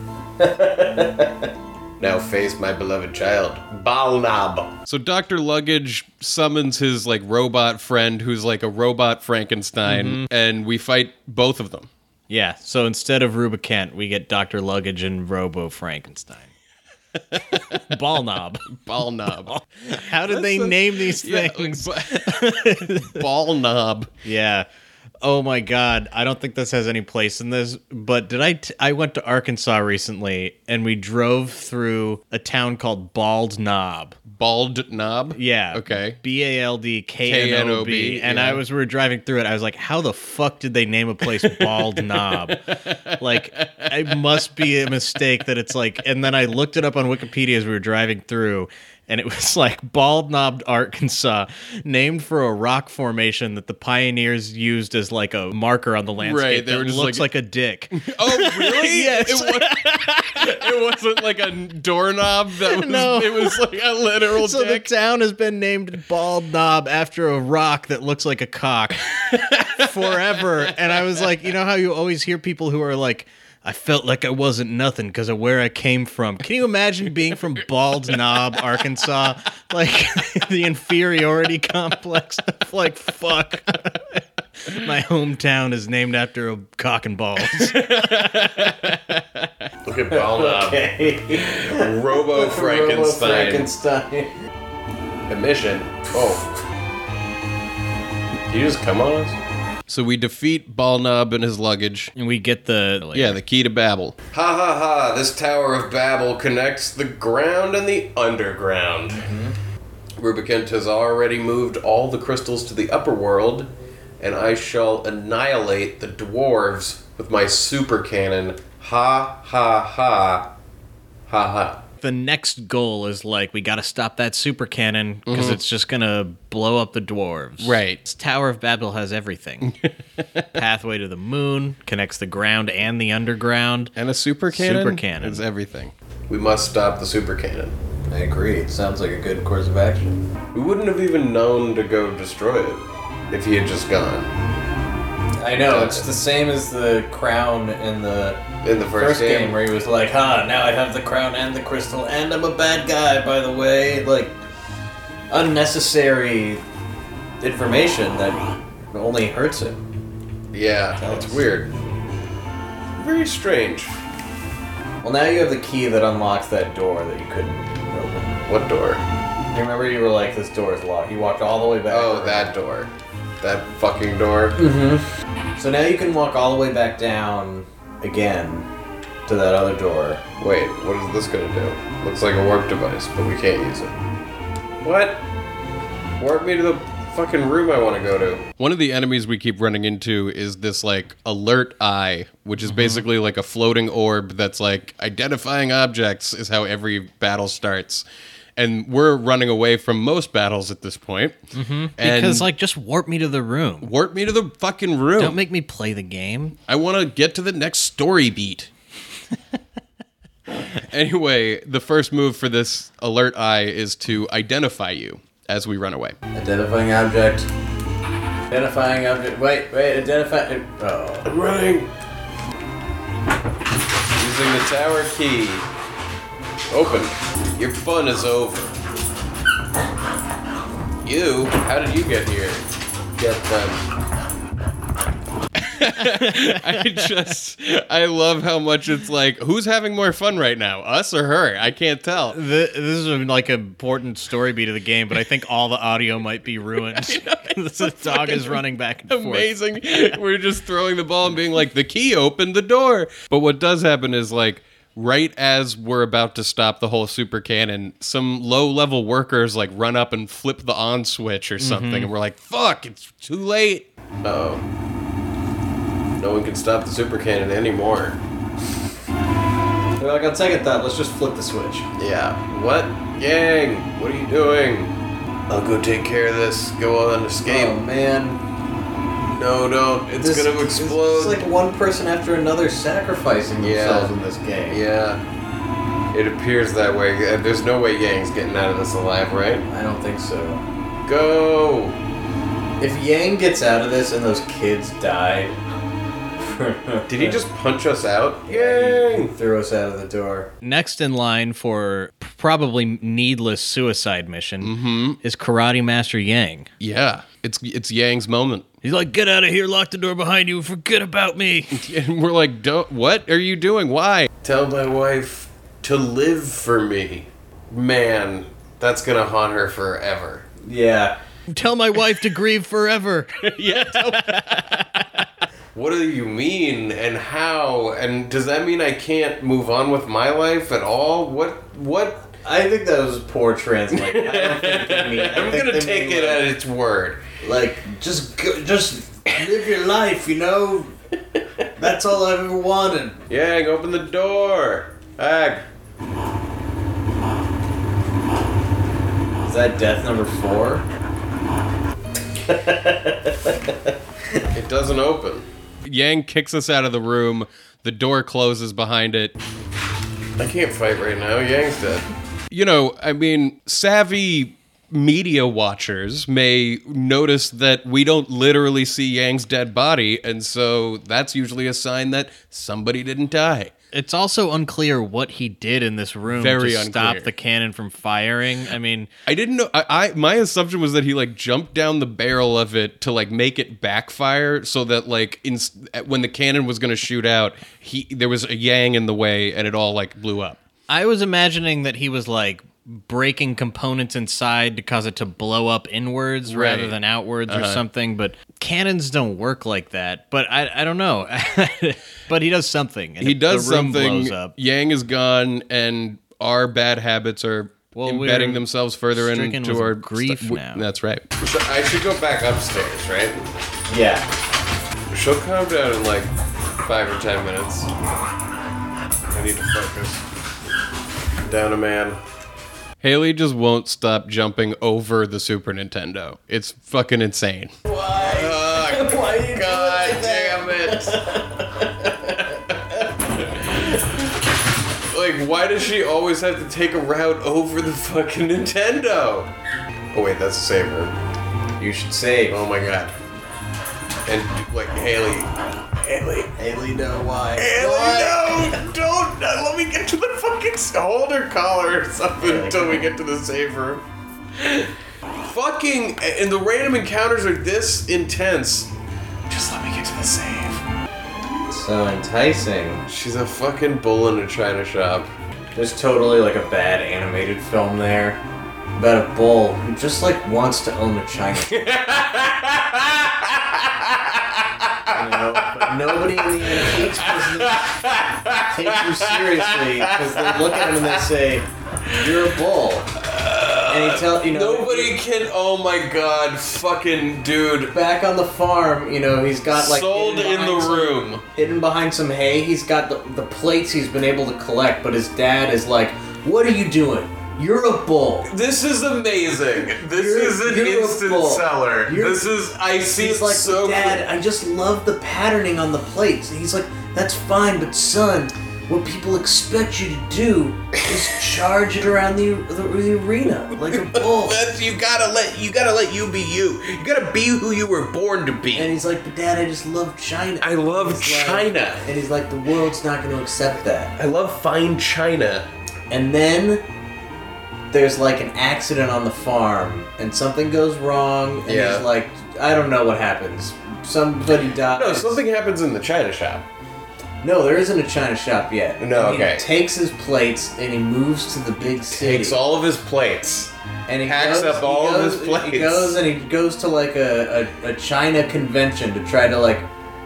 S4: now face my beloved child, Balnab.
S2: So Dr. Luggage summons his like robot friend who's like a robot Frankenstein
S3: Mm-hmm.
S2: and we fight both of them.
S3: Yeah. So instead of Rubicant, we get Doctor Luggage and Robo Frankenstein. Ball knob.
S2: Ball knob.
S3: How did they name these
S2: Yeah,
S3: things?
S2: like, ba- ball knob.
S3: Yeah. Oh my god, I don't think this has any place in this, but did I t- I went to Arkansas recently and we drove through a town called Bald Knob.
S2: Bald knob.
S3: Yeah.
S2: Okay.
S3: B A L D K N O B.
S2: K-N-O-B,
S3: And
S2: yeah.
S3: I was we were driving through it. I was like, how the fuck did they name a place Bald Knob? Like, it must be a mistake that it's like. And then I looked it up on Wikipedia as we were driving through, and it was like Bald Knob, Arkansas, named for a rock formation that the pioneers used as like a marker on the landscape.
S2: they
S3: that
S2: were just
S3: looks
S2: like-
S3: like, a dick.
S2: Oh really?
S3: Yes.
S2: It, was, not like a doorknob. That was,
S3: No.
S2: It was like a literal
S3: So
S2: dick.
S3: the town has been named Bald Knob after a rock that looks like a cock forever. And I was like, you know how you always hear people who are like, I felt like I wasn't nothing because of where I came from. Can you imagine being from Bald Knob, Arkansas? Like the inferiority complex of like, fuck. My hometown is named after a cock and balls.
S4: Look at Balnab.
S1: Okay.
S4: Robo Frankenstein.
S1: Frankenstein.
S4: Emission. Oh. Did you just come on us?
S2: So we defeat Ball knob and his luggage.
S3: And we get the. Like,
S2: Yeah, the key to Babel.
S4: Ha ha ha, this Tower of Babel connects the ground and the underground.
S2: Mm-hmm.
S4: Rubicant has already moved all the crystals to the upper world, and I shall annihilate the dwarves with my super cannon. Ha ha ha. Ha ha.
S3: the next goal is like we got to stop that super cannon because it's just gonna blow up the dwarves.
S2: Right.
S3: This Tower of Babel has everything. Pathway to the moon connects the ground and the underground.
S2: And a super cannon.
S3: Super cannon.
S2: is everything.
S4: We must stop the super cannon.
S1: I agree. It sounds like a good course of action.
S4: We wouldn't have even known to go destroy it if he had just gone
S1: I know. It's the same as the crown in the
S4: in the first,
S1: first game.
S4: game.
S1: where he was like, "Ha! Now I have the crown and the crystal, and I'm a bad guy." By the way, like unnecessary information that only hurts him.
S4: Yeah,
S1: That
S4: it's
S1: was-
S4: weird. Very strange.
S1: Well, now you have the key that unlocks that door that you couldn't
S4: What door?
S1: You remember you were like, this door is locked. You walked all the way back.
S4: Oh,
S1: around.
S4: that door. That fucking door.
S1: So now you can walk all the way back down again to that other door.
S4: Wait, what is this gonna do? Looks like a warp device, but we can't use it. What? Warp me to the fucking room I want to go to.
S2: One of the enemies we keep running into is this like alert eye, which
S4: Mm-hmm.
S2: is basically like a floating orb that's like identifying objects is how every battle starts. And we're running away from most battles at this point. Mm-hmm. And
S3: Because, like, just warp me to the room.
S2: warp me to the fucking room.
S3: Don't make me play the game.
S2: I want to get to the next story beat. anyway, the first move for this alert eye is to identify you as we run away.
S1: Identifying object. Identifying object. Wait, wait, identify. Oh.
S4: I'm running. Using the tower key. Open. Your fun is over. You? How did you get here? Get them.
S2: I just, I love how much it's like, who's having more fun right now, us or her? I can't tell.
S3: This, this is like an important story beat of the game, but I think all the audio might be ruined. the dog is running back and forth.
S2: Amazing. We're just throwing the ball and being like, the key opened the door. But what does happen is like, right as we're about to stop the whole super cannon, some low level workers like run up and flip the on switch or something. And we're like, fuck, it's too late.
S4: Oh. No one can stop the super cannon anymore.
S1: They're like, on second thought, let's just flip the switch.
S4: Yeah. What? Yang, what are you doing? I'll go take care of this. Go on, escape.
S1: Oh, man.
S4: no, don't. It's gonna explode.
S1: It's like one person after another sacrificing
S4: Yeah.
S1: themselves in this game.
S4: yeah. It appears that way. Uh, There's no way Yang's getting out of this alive, right?
S1: I don't think so.
S4: Go!
S1: If Yang gets out of this and those kids die.
S4: Did he just punch us out?
S1: Yang
S4: Yang!
S1: threw us out of the door.
S3: Next in line for probably needless suicide mission is Karate Master Yang.
S2: Yeah. It's, it's Yang's moment.
S3: He's like, get out of here, lock the door behind you, forget about me.
S2: And we're like, don't, what are you doing? Why?
S4: Tell my wife to live for me. Man, that's gonna haunt her forever.
S1: Yeah.
S3: Tell my wife to grieve forever.
S4: What do you mean and how? And does that mean I can't move on with my life at all? What? What?
S1: I think that was poor translation. I don't think they mean- I
S4: I'm
S1: think
S4: gonna
S1: they
S4: take
S1: mean,
S4: it
S1: like-
S4: at its word.
S1: like just go, just live your life you know that's all i've ever wanted
S4: Yang, open the door! Ag!
S1: is that death number four
S4: It doesn't open.
S2: Yang kicks us out of the room. The door closes behind it.
S4: I can't fight right now. Yang's dead.
S2: You know, I mean, savvy media watchers may notice that we don't literally see Yang's dead body, and so that's usually a sign that somebody didn't die.
S3: It's also unclear what he did in this room
S2: Very
S3: to stop
S2: unclear.
S3: the cannon from firing. I mean,
S2: I didn't know. I, I my assumption was that he like jumped down the barrel of it to like make it backfire, so that like in, when the cannon was going to shoot out, he there was a Yang in the way, and it all like blew up.
S3: I was imagining that he was like breaking components inside to cause it to blow up inwards rather
S2: Right. Uh-huh.
S3: than outwards or something, but cannons don't work like that. But I, I don't know. but he does something. and
S2: he
S3: the
S2: does
S3: room
S2: something.
S3: Blows up.
S2: Yang is gone, and our bad habits are
S3: Well,
S2: embedding
S3: we're
S2: themselves further
S3: stricken
S2: into
S3: with
S2: our
S3: grief
S2: stu- w-
S3: now.
S2: That's right.
S4: So I should go back upstairs, right?
S1: yeah
S4: She'll calm down in like five or ten minutes. I need to focus. Down a man.
S2: Haley just won't stop jumping over the Super Nintendo. It's fucking insane.
S4: Fuck!
S1: why do you
S4: God damn it! like, why does she always have to take a route over the fucking Nintendo? Oh wait, that's the same room.
S1: you should save
S4: Oh my god. And like Haley. Haley.
S1: haley know why
S4: Haley,
S1: Why?
S4: no! Don't! uh, Let me get to the fucking s- hold her collar or something until we get to the safe room. fucking. And the random encounters are this intense. Just let me get to the safe.
S1: so enticing
S4: She's a fucking bull in a china shop.
S1: There's totally like a bad animated film there about a bull who just like wants to own a china. you know, but nobody in the antiques business takes you seriously because they look at him and they say, "You're a bull," and he tell you know.
S4: Nobody can. Oh my god, fucking dude.
S1: Back on the farm, you know, he's got like
S4: Sold
S1: hidden
S4: in the
S1: behind some-
S4: room.
S1: hidden behind some hay. He's got the, the plates he's been able to collect, but his dad is like, What are you doing? You're a bull.
S4: This is amazing. This
S1: You're-
S4: is an
S1: you're a
S4: instant
S1: bull.
S4: seller.
S1: You're-
S4: this is. I see
S1: He's like,
S4: so.
S1: Dad, I just love the patterning on the plates. And he's like, That's fine, but son, what people expect you to do is charge it around the, the, the arena like a bull.
S4: That's- You gotta let you gotta let you be you. You gotta be who you were born to be.
S1: And he's like, But dad, I just love China.
S4: I love
S1: He's like-
S4: China.
S1: and he's like, The world's not going to accept that.
S4: I love fine china.
S1: And then there's like an accident on the farm, and something goes wrong, and
S4: Yeah.
S1: there's like I don't know what happens. Somebody dies.
S4: No, something happens in the china shop.
S1: No, there isn't a china shop yet.
S4: No,
S1: And he
S4: okay.
S1: takes his plates and he moves to the big city.
S4: Takes all of his plates.
S1: and he
S4: packs up all
S1: he
S4: of
S1: goes,
S4: his
S1: He
S4: plates.
S1: goes and he goes to like a, a, a China convention to try to like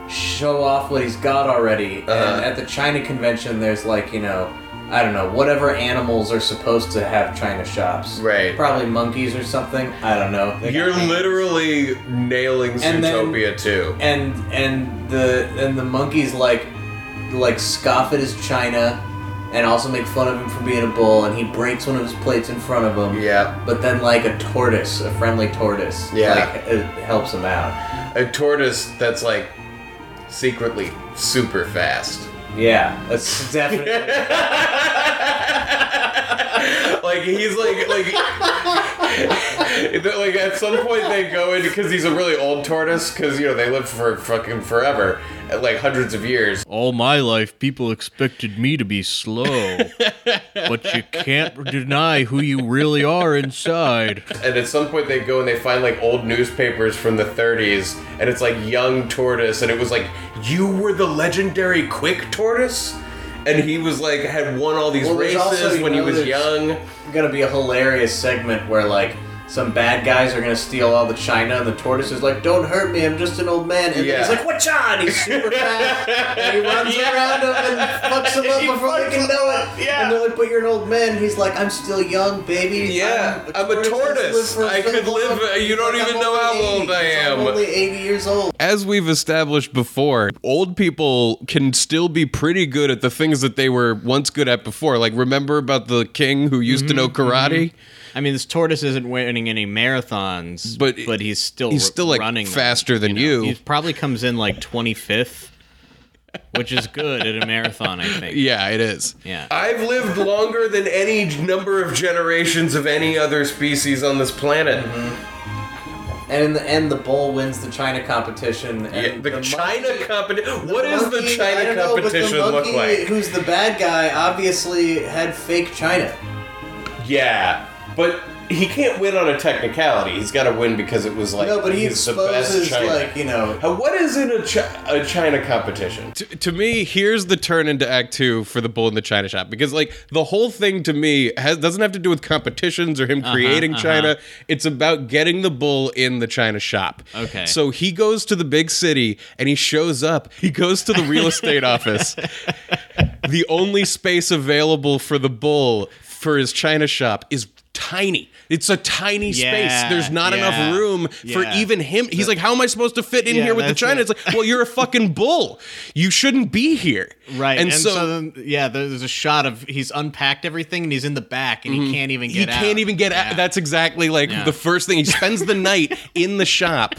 S1: show off what he's got already.
S4: Uh-huh.
S1: And at the China convention, there's like you know, I don't know, whatever animals are supposed to have China shops.
S4: Right.
S1: Probably monkeys or something. I don't know. They got
S4: You're
S1: monkeys.
S4: literally nailing
S1: And then-
S4: Zootopia too.
S1: And and the and the monkeys like like scoff at his China. And also make fun of him for being a bull, and he breaks one of his plates in front of him.
S4: Yeah,
S1: But then, like a tortoise, a friendly tortoise,
S4: Yeah.
S1: like, it helps him out.
S4: a tortoise that's like secretly super fast.
S1: Yeah, that's definitely.
S4: like he's like like like at some point they go in because he's a really old tortoise because you know they lived for fucking forever like hundreds of years
S3: All my life, people expected me to be slow, but you can't deny who you really are inside.
S4: and at some point they go and they find like old newspapers from the 30s and it's like young tortoise and it was like you were the legendary quick tortoise and he was like had won all these
S1: Well, there's
S4: races
S1: also, you
S4: when he
S1: know,
S4: was
S1: there's-
S4: young
S1: gonna be a hilarious segment where like some bad guys are gonna steal all the china, and the tortoise is like, "Don't hurt me, I'm just an old man." And
S4: Yeah.
S1: he's like, "What's on?" He's super fast, and he runs around him and fucks him up before they can know it.
S4: yeah.
S1: And they're like, "But you're an old man." He's like, "I'm still young, baby.
S4: Yeah, I'm a tortoise.
S1: that's lived for
S4: I
S1: so
S4: could live-
S1: long.
S4: you don't
S1: Like,
S4: even
S1: I'm
S4: know how
S1: only
S4: old
S1: 80.
S4: I
S1: I'm
S4: am."
S1: only 80 years old.
S2: as we've established before, old people can still be pretty good at the things that they were once good at before. Like, remember about the king who used to know
S1: Mm-hmm,
S2: karate?
S3: I mean, this tortoise isn't winning any marathons,
S2: But-
S3: but but he's still
S2: He's still like
S3: running them.
S2: faster than you.
S3: He probably comes in like 25th, which is good at a marathon, I think.
S2: yeah, it is.
S3: Yeah.
S4: I've lived longer than any number of generations of any other species on this planet.
S1: Mm-hmm. And in the end, the bull wins the China competition. And
S4: Yeah, the,
S1: monkey-
S4: China competition. What does
S1: monkey-
S4: the
S1: I
S4: China
S1: don't know, but
S4: competition
S1: the
S4: look
S1: monkey
S4: like?
S1: Who's the bad guy? Obviously, had fake China.
S4: Yeah, but he can't win on a technicality. He's got to win because it was like
S1: no, but he
S4: he's the best
S1: exposes
S4: China.
S1: like you know.
S4: Uh, what is in a, chi- a China competition?
S2: to, to me, here's the turn into Act Two for the Bull in the China Shop because, like, the whole thing to me has, doesn't have to do with competitions or him creating
S3: uh-huh.
S2: China. It's about getting the bull in the China shop.
S3: Okay.
S2: So he goes to the big city and he shows up. He goes to the real estate office, the only space available for the bull for his China shop is tiny. It's a tiny
S3: Yeah,
S2: space. There's not
S3: yeah,
S2: enough room for
S3: yeah.
S2: even him. He's like, "How am I supposed to fit in
S3: Yeah,
S2: here with the
S3: that's
S2: China?"
S3: it.
S2: It's like like, well, you're a fucking bull. You shouldn't be here.
S3: Right,
S2: And, so,
S3: then, yeah, there's a shot of he's unpacked everything and he's in the back and he can't even get
S2: Mm-hmm. he
S3: out.
S2: can't even get
S3: Yeah.
S2: out. That's exactly like
S3: Yeah.
S2: the first thing. He spends the night in the shop.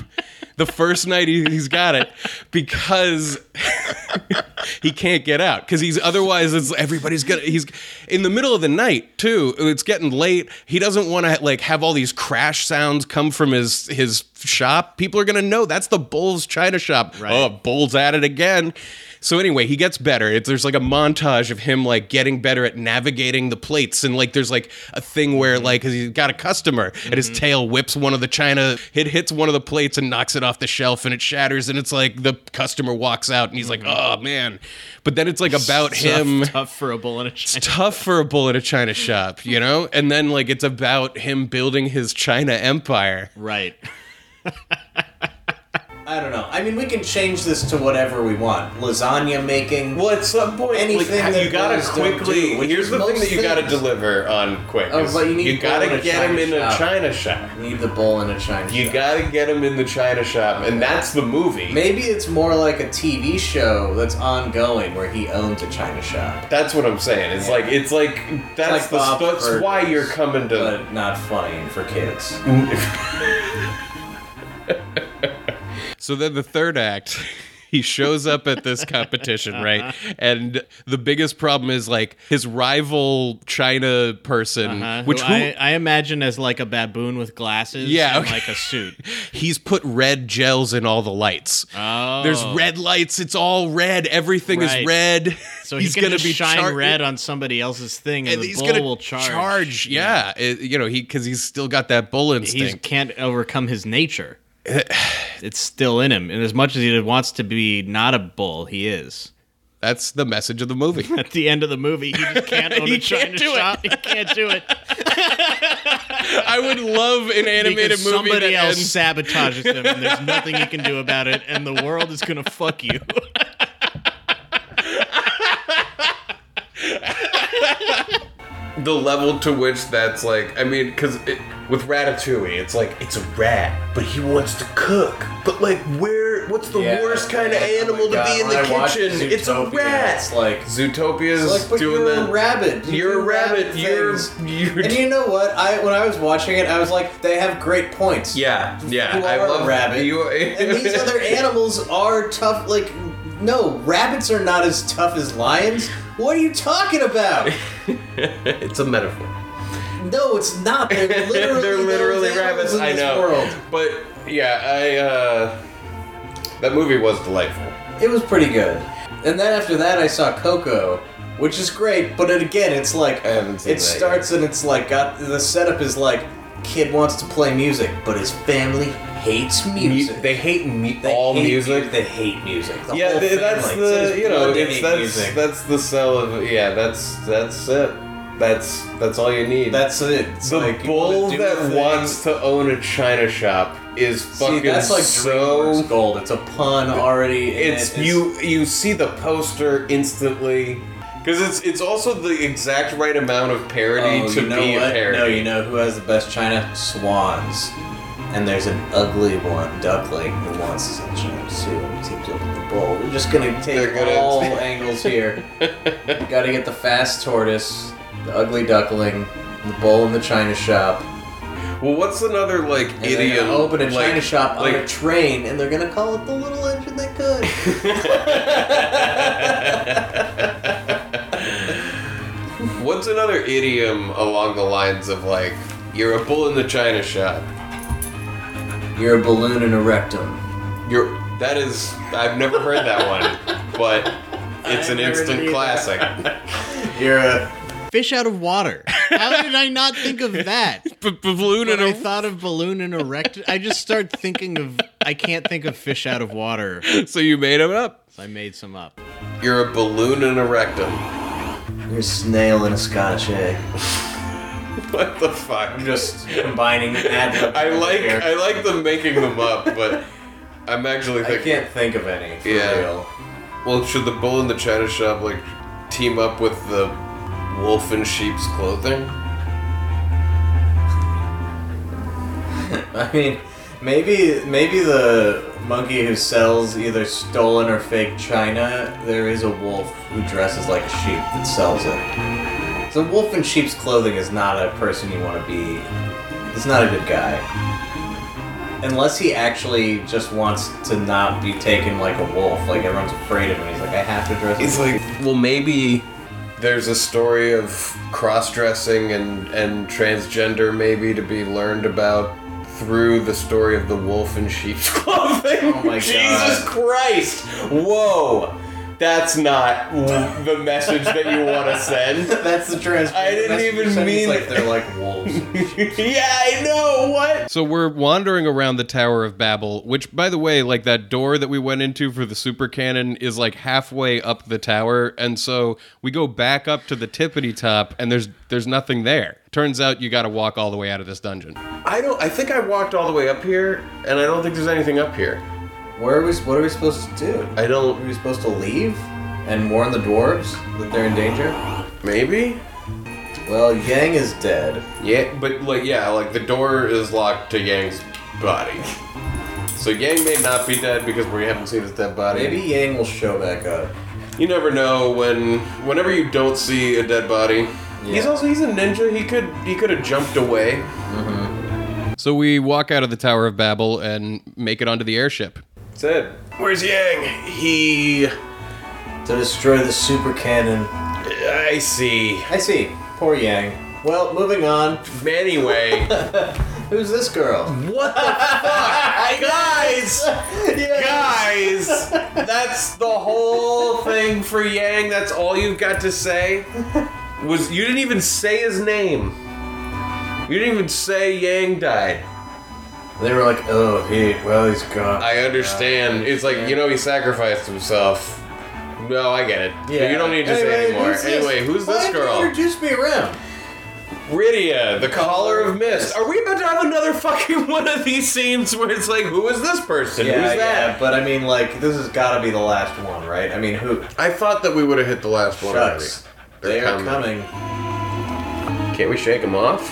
S2: The first night he, he's got it because he can't get out because he's otherwise it's everybody's gonna he's in the middle of the night too it's getting late he doesn't want to like have all these crash sounds come from his his shop people are gonna know that's the bull's china shop
S3: Right.
S2: oh bull's at it again so anyway he gets better it's, there's like a montage of him like getting better at navigating the plates and like there's like a thing where like 'cause he's got a customer and his tail whips one of the china it hits one of the plates and knocks it off the shelf and it shatters and it's like the customer walks out and he's like oh man
S5: man. But then it's like about him.
S3: tough, tough for a bull in a china.
S5: It's tough for a bull in a china shop, you know? And then like it's about him building his china empire.
S3: Right.
S1: I don't know. I mean, we can change this to whatever we want. Lasagna making.
S2: Well, at some point,
S1: Anything
S2: like,
S1: that
S2: you gotta
S1: boys don't
S2: quickly.
S1: do, which
S2: here's the
S1: most
S2: thing that you gotta
S1: things-
S2: deliver on quick.
S1: Oh,
S2: is
S1: but you need to go
S2: gotta
S1: in a
S2: get him
S1: China
S2: in a
S1: shop.
S2: China shop.
S1: Need the bull in a China
S2: You
S1: shop.
S2: gotta get him in the China shop, and that's the movie.
S1: Maybe it's more like a TV show that's ongoing where he owns a China shop.
S2: That's what I'm saying. It's like it's like that's
S1: like
S2: the
S1: Bob
S2: that's
S1: Burgers,
S2: why you're coming to.
S1: But not funny and for kids.
S5: So then the third act, he shows up at this competition, right? And the biggest problem is like his rival China person,
S1: Uh-huh.
S3: Uh,
S5: which
S3: who
S5: who,
S3: I, I imagine as like a baboon with glasses
S5: Yeah,
S3: and
S5: okay.
S3: like a suit.
S5: he's put red gels in all the lights.
S3: Oh.
S5: There's red lights. It's all red. Everything
S3: Right.
S5: is red.
S3: So he's, going to be shine
S5: char-
S3: red on somebody else's thing and,
S5: and
S3: the
S5: he's
S3: bull
S5: gonna
S3: will charge.
S5: charge. Yeah, It- you know he because he's still got that bull
S3: He
S5: instinct.
S3: can't overcome his nature. it's still in him. And as much as he wants to be not a bull, he is.
S5: That's the message of the movie.
S3: At the end of the movie, he just can't own
S5: He
S3: a China
S5: can't do it.
S3: shop. He can't do it.
S5: I would love an animated
S3: because
S5: movie that
S3: somebody else
S5: ends.
S3: sabotages him and there's nothing he can do about it and the world is going to fuck you.
S2: The level to which that's like, I mean, because with Ratatouille, it's like it's a rat, but he wants to cook. But like, where? What's the
S1: Yeah.
S2: worst kind of
S1: Oh my
S2: animal to
S1: God,
S2: be in
S1: when
S2: the
S1: I watch
S2: kitchen? It's a
S1: Zootopia,
S2: rat.
S1: It's like,
S2: Zootopia's
S1: like but
S2: doing
S1: you're
S2: that.
S1: a rabbit. You
S2: You're a
S1: do
S2: rabbit. You're
S1: things.
S2: you're.
S1: And you know what? I when I was watching it, I was like, they have great points.
S2: yeah, yeah.
S1: You
S2: I
S1: are a
S2: love
S1: rabbit.
S2: You are,
S1: And these other animals are tough. Like, no, rabbits are not as tough as lions. What are you talking about?
S2: it's a metaphor.
S1: No, it's not. They're literally,
S2: They're literally
S1: those animals
S2: rabbits.
S1: In
S2: I
S1: this
S2: know.
S1: World.
S2: But yeah, I uh, that movie was delightful.
S1: It was pretty good. And then after that, I saw Coco, which is great. But it, again, it's like
S2: I haven't seen
S1: it
S2: that
S1: starts and it's like got the setup is like kid wants to play music, but his family hates music.
S2: Mu- they hate mu-
S1: They
S2: all
S1: hate
S2: music.
S1: mu- They hate music. The
S2: yeah,
S1: whole
S2: th- that's
S1: family. It's in
S2: the
S1: his
S2: you know
S1: blood, they
S2: it's
S1: hate
S2: that's
S1: music.
S2: that's the sell of yeah that's that's it. That's that's all you need.
S1: That's it. It's
S2: the
S1: like, you
S2: bull
S1: wanna do
S2: that
S1: things.
S2: wants to own a china shop is
S1: See,
S2: fucking
S1: that's like
S2: so
S1: DreamWorks gold. It's a pun already. and
S2: it's
S1: it is-
S2: you you see the poster instantly because it's it's also the exact right amount of parody
S1: Oh,
S2: to
S1: you know
S2: be
S1: what?
S2: a parody.
S1: No, you know who has the best china? Swans. And there's an ugly one, duckling, who wants his own china too and teams up with the bull. We're just gonna
S2: They're
S1: take
S2: gonna-
S1: all angles here. Gotta get the fast tortoise, the ugly duckling, the bull in the china shop.
S2: Well, what's another like
S1: And they're
S2: idiom?
S1: gonna open a china
S2: like-
S1: shop
S2: like-
S1: on a train, and they're gonna call it the little engine that could.
S2: What's another idiom along the lines of like you're a bull in the china shop?
S1: You're a balloon and a rectum.
S2: You're that is I've never heard that one, but it's an
S1: I've never
S2: instant
S1: either.
S2: classic.
S1: You're a
S3: Fish out of water. How did I not think of that?
S5: B- balloon
S3: When
S5: and
S3: I
S5: a
S3: thought of balloon and erect, I just start thinking of I can't think of fish out of water.
S5: so you made him up.
S3: So I made some up.
S2: You're a balloon and a rectum.
S1: you're a snail and a Scotch egg.
S2: What the fuck?
S1: Just combining ad
S2: I like I like them making them up, but I'm actually
S1: I
S2: thinking.
S1: can't think of any. For
S2: Yeah.
S1: Real.
S2: Well, should the bull in the china shop like team up with the wolf in sheep's clothing?
S1: I mean, maybe maybe the monkey who sells either stolen or fake china. There is a wolf who dresses like a sheep that sells it. So wolf in sheep's clothing is not a person you want to be. He's not a good guy. Unless he actually just wants to not be taken like a wolf, like everyone's afraid of him. He's like, I have to dress.
S2: It's like, well, maybe there's a story of cross-dressing and and transgender maybe to be learned about through the story of the wolf in sheep's clothing.
S1: my God.
S2: Jesus Christ! Whoa.
S4: That's not w- the message that you want to send.
S1: That's the transcript.
S4: I didn't
S1: That's-
S4: even
S1: it sounds
S4: mean-
S1: like they're like wolves.
S4: yeah, I know. What?
S2: So we're wandering around the Tower of Babel, which, by the way, like that door that we went into for the super cannon is like halfway up the tower, and so we go back up to the tippity top, and there's there's nothing there. Turns out you got to walk all the way out of this dungeon.
S4: I don't. I think I walked all the way up here, and I don't think there's anything up here.
S1: Where are we? What are we supposed to do?
S4: I
S1: Are
S4: don't.
S1: we supposed to leave and warn the dwarves that they're in danger?
S4: Maybe.
S1: Well, Yang is dead.
S4: Yeah, but like, yeah, like the door is locked to Yang's body. So Yang may not be dead because we haven't seen his dead body.
S1: Maybe Yang will show back up.
S4: You never know when. Whenever you don't see a dead body. He's
S1: Yeah.
S4: also he's a ninja. He could he could have jumped away.
S2: So we walk out of the Tower of Babel and make it onto the airship.
S4: That's it. Where's Yang? He.
S1: To destroy the super cannon.
S4: I see.
S1: I see. Poor Yang. Well, moving on.
S4: Anyway,
S1: Who's this girl?
S4: what the fuck, guys? Guys, that's the whole thing for Yang. That's all you've got to say. Was you didn't even say his name. You didn't even say Yang died.
S1: They were like, oh, he, well, he's gone.
S4: I understand. It's like you know he sacrificed himself. No, I get it.
S1: Yeah.
S4: You don't need to
S1: Anyway,
S4: say anymore.
S1: who's this-
S4: Anyway, who's
S1: Why
S4: this
S1: did you
S4: girl?
S1: Introduce me around.
S4: Rydia, the caller of mist. Are we about to have another fucking one of these scenes where it's like, who is this person?
S1: Yeah,
S4: Who's that?
S1: yeah, but I mean, like, this has got to be the last one, right? I mean, who?
S4: I thought that we would have hit the last one
S1: Shucks.
S4: already.
S1: They are coming.
S4: Can't we shake him off?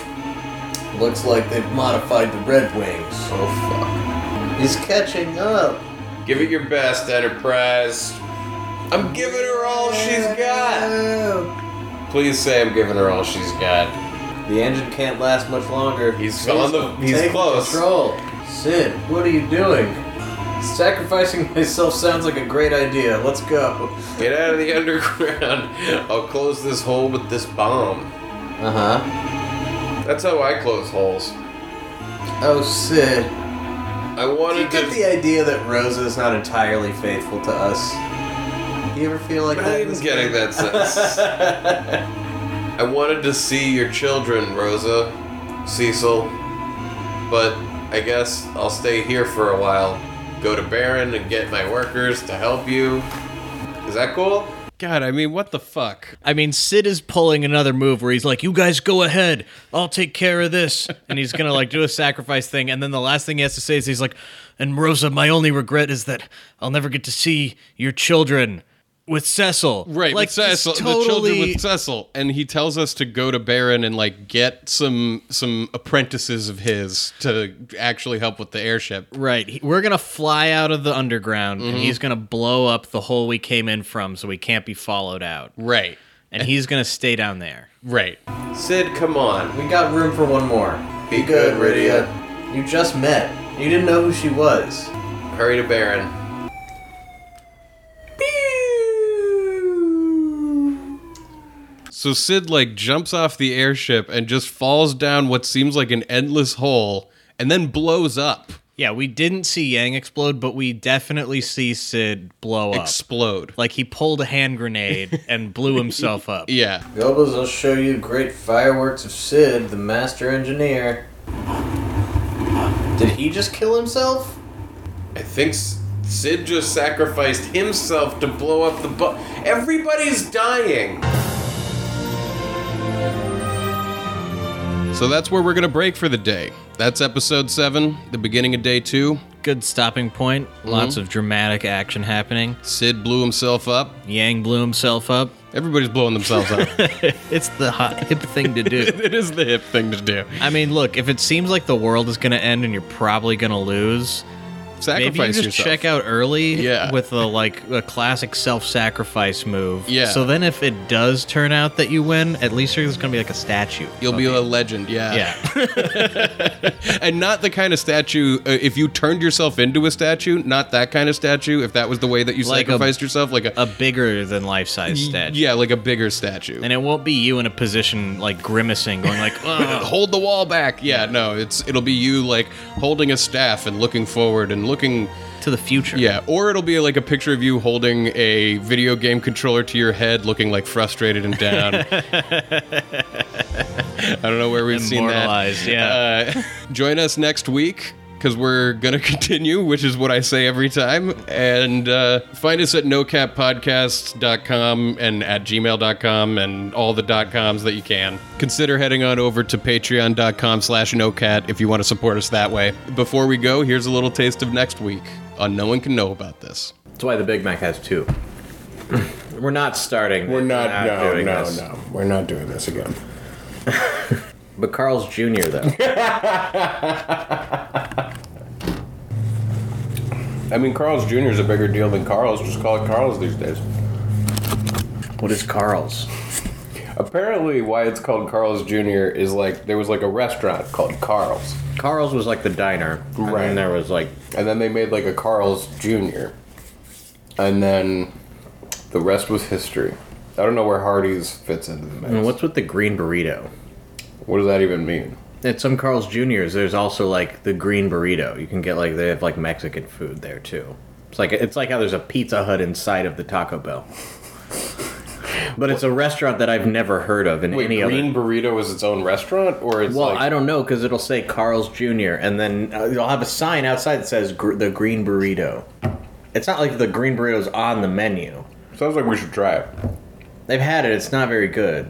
S1: Looks like they've modified the Red Wings.
S4: Oh
S1: He's catching up.
S4: fuck. Give it your best, Enterprise. I'm giving her all she's got.
S1: Oh.
S4: Please say I'm giving her all she's got.
S1: The engine can't last much longer.
S4: He's on the- he's
S1: take
S4: close.
S1: Control. Sid, what are you doing? Sacrificing myself sounds like a great idea. Let's go.
S4: Get out of the underground. I'll close this hole with this bomb.
S1: Uh huh.
S4: That's how I close holes.
S1: Oh, Sid.
S4: I
S1: Do you
S4: wanted
S1: get
S4: to.
S1: the idea that Rosa is not entirely faithful to us? You ever feel like that?
S4: I was getting that sense. I wanted to see your children, Rosa, Cecil, but I guess I'll stay here for a while. Go to Baron and get my workers to help you. Is that cool?
S2: God, I mean, what the fuck?
S3: I mean, Sid is pulling another move where he's like, "You guys go ahead, I'll take care of this," and he's gonna like do a sacrifice thing, and then the last thing he has to say is he's like, "And Rosa, my only regret is that I'll never get to see your children with Cecil."
S2: Right,
S3: like
S2: with Cecil,
S3: just
S2: the children
S3: totally-
S2: with Cecil, and he tells us to go to Baron and like get some some apprentices of his to actually help with the airship.
S3: Right. He- We're going to fly out of the underground
S2: Mm-hmm.
S3: and he's going to blow up the hole we came in from so we can't be followed out.
S2: Right,
S3: And he's going to stay down there.
S2: right.
S4: Sid, come on.
S1: We got room for one more.
S4: Be good, Rydia.
S1: You just met. You didn't know who she was.
S4: Hurry to Baron.
S2: So Sid like jumps off the airship and just falls down what seems like an endless hole, and then blows up,
S3: Yeah, we didn't see Yang explode, but we definitely see Sid blow up.
S2: explode.
S3: like he pulled a hand grenade and blew himself up.
S2: Yeah,
S1: Goebbels will show you great fireworks of Sid, the master engineer. Did he just kill himself?
S4: I think S- Sid just sacrificed himself to blow up the bu- Everybody's dying.
S2: so that's where we're gonna break for the day. That's episode seven, the beginning of day two.
S3: Good stopping point.
S1: Mm-hmm.
S3: Lots of dramatic action happening.
S2: Sid blew himself up.
S3: Yang blew himself up.
S2: Everybody's blowing themselves up.
S3: It's the hot, hip thing to do.
S2: it is the hip thing to do.
S3: I mean, look, if it seems like the world is going to end and you're probably going to lose,
S2: Sacrifice
S3: Maybe you just
S2: yourself.
S3: check out early
S2: Yeah.
S3: with a like a classic self-sacrifice move.
S2: Yeah.
S3: So then if it does turn out that you win, at least there's gonna be like a statue.
S2: You'll be a legend, yeah.
S3: yeah.
S2: And not the kind of statue, uh, if you turned yourself into a statue, not that kind of statue, if that was the way that you
S3: Like a-
S2: sacrificed yourself, like a,
S3: a bigger than life-size statue.
S2: Yeah, like a bigger statue.
S3: And it won't be you in a position like grimacing, going like, oh,
S2: Uh, Hold the wall back. Yeah, no, it's it'll be you like holding a staff and looking forward and looking
S6: to the future.
S2: Yeah, or it'll be like a picture of you holding a video game controller to your head, looking like frustrated and down. I don't know where we've seen that.
S6: Immortalized, yeah.
S2: Uh, join us next week because we're going to continue, which is what I say every time. And uh, find us at nocappodcast.com and at gmail.com and all the dot coms that you can. Consider heading on over to patreon.com slash nocat if you want to support us that way. Before we go, here's a little taste of next week on No One Can Know About This.
S3: That's why the Big Mac has two. We're not starting.
S1: We're not, no,
S3: doing
S1: no,
S3: this.
S1: no. We're not doing this again.
S3: But Carl's Jr. though.
S1: I mean, Carl's Jr. is a bigger deal than Carl's. Just call it Carl's these days.
S3: what is Carl's?
S1: Apparently, why it's called Carl's Jr. is like there was like a restaurant called Carl's,
S3: Carl's was like the diner. And
S1: Right.
S3: then there was like
S1: and then they made like a Carl's Jr. And then the rest was history. I don't know where Hardee's fits into the mix.
S3: And what's with the green burrito?
S1: what does that even mean?
S3: At some Carl's Juniors, there's also like the green burrito. You can get like they have like Mexican food there too. It's like it's like how there's a Pizza Hut inside of the Taco Bell. But it's a restaurant that I've never heard of in
S1: Wait,
S3: any other.
S1: Green Burrito is its own restaurant, or it's
S3: Well,
S1: like
S3: I don't know because it'll say Carl's Jr. and then uh, you'll have a sign outside that says gr- the Green Burrito. It's not like the Green Burrito's on the menu.
S1: sounds like we should try it.
S3: They've had it. It's not very good.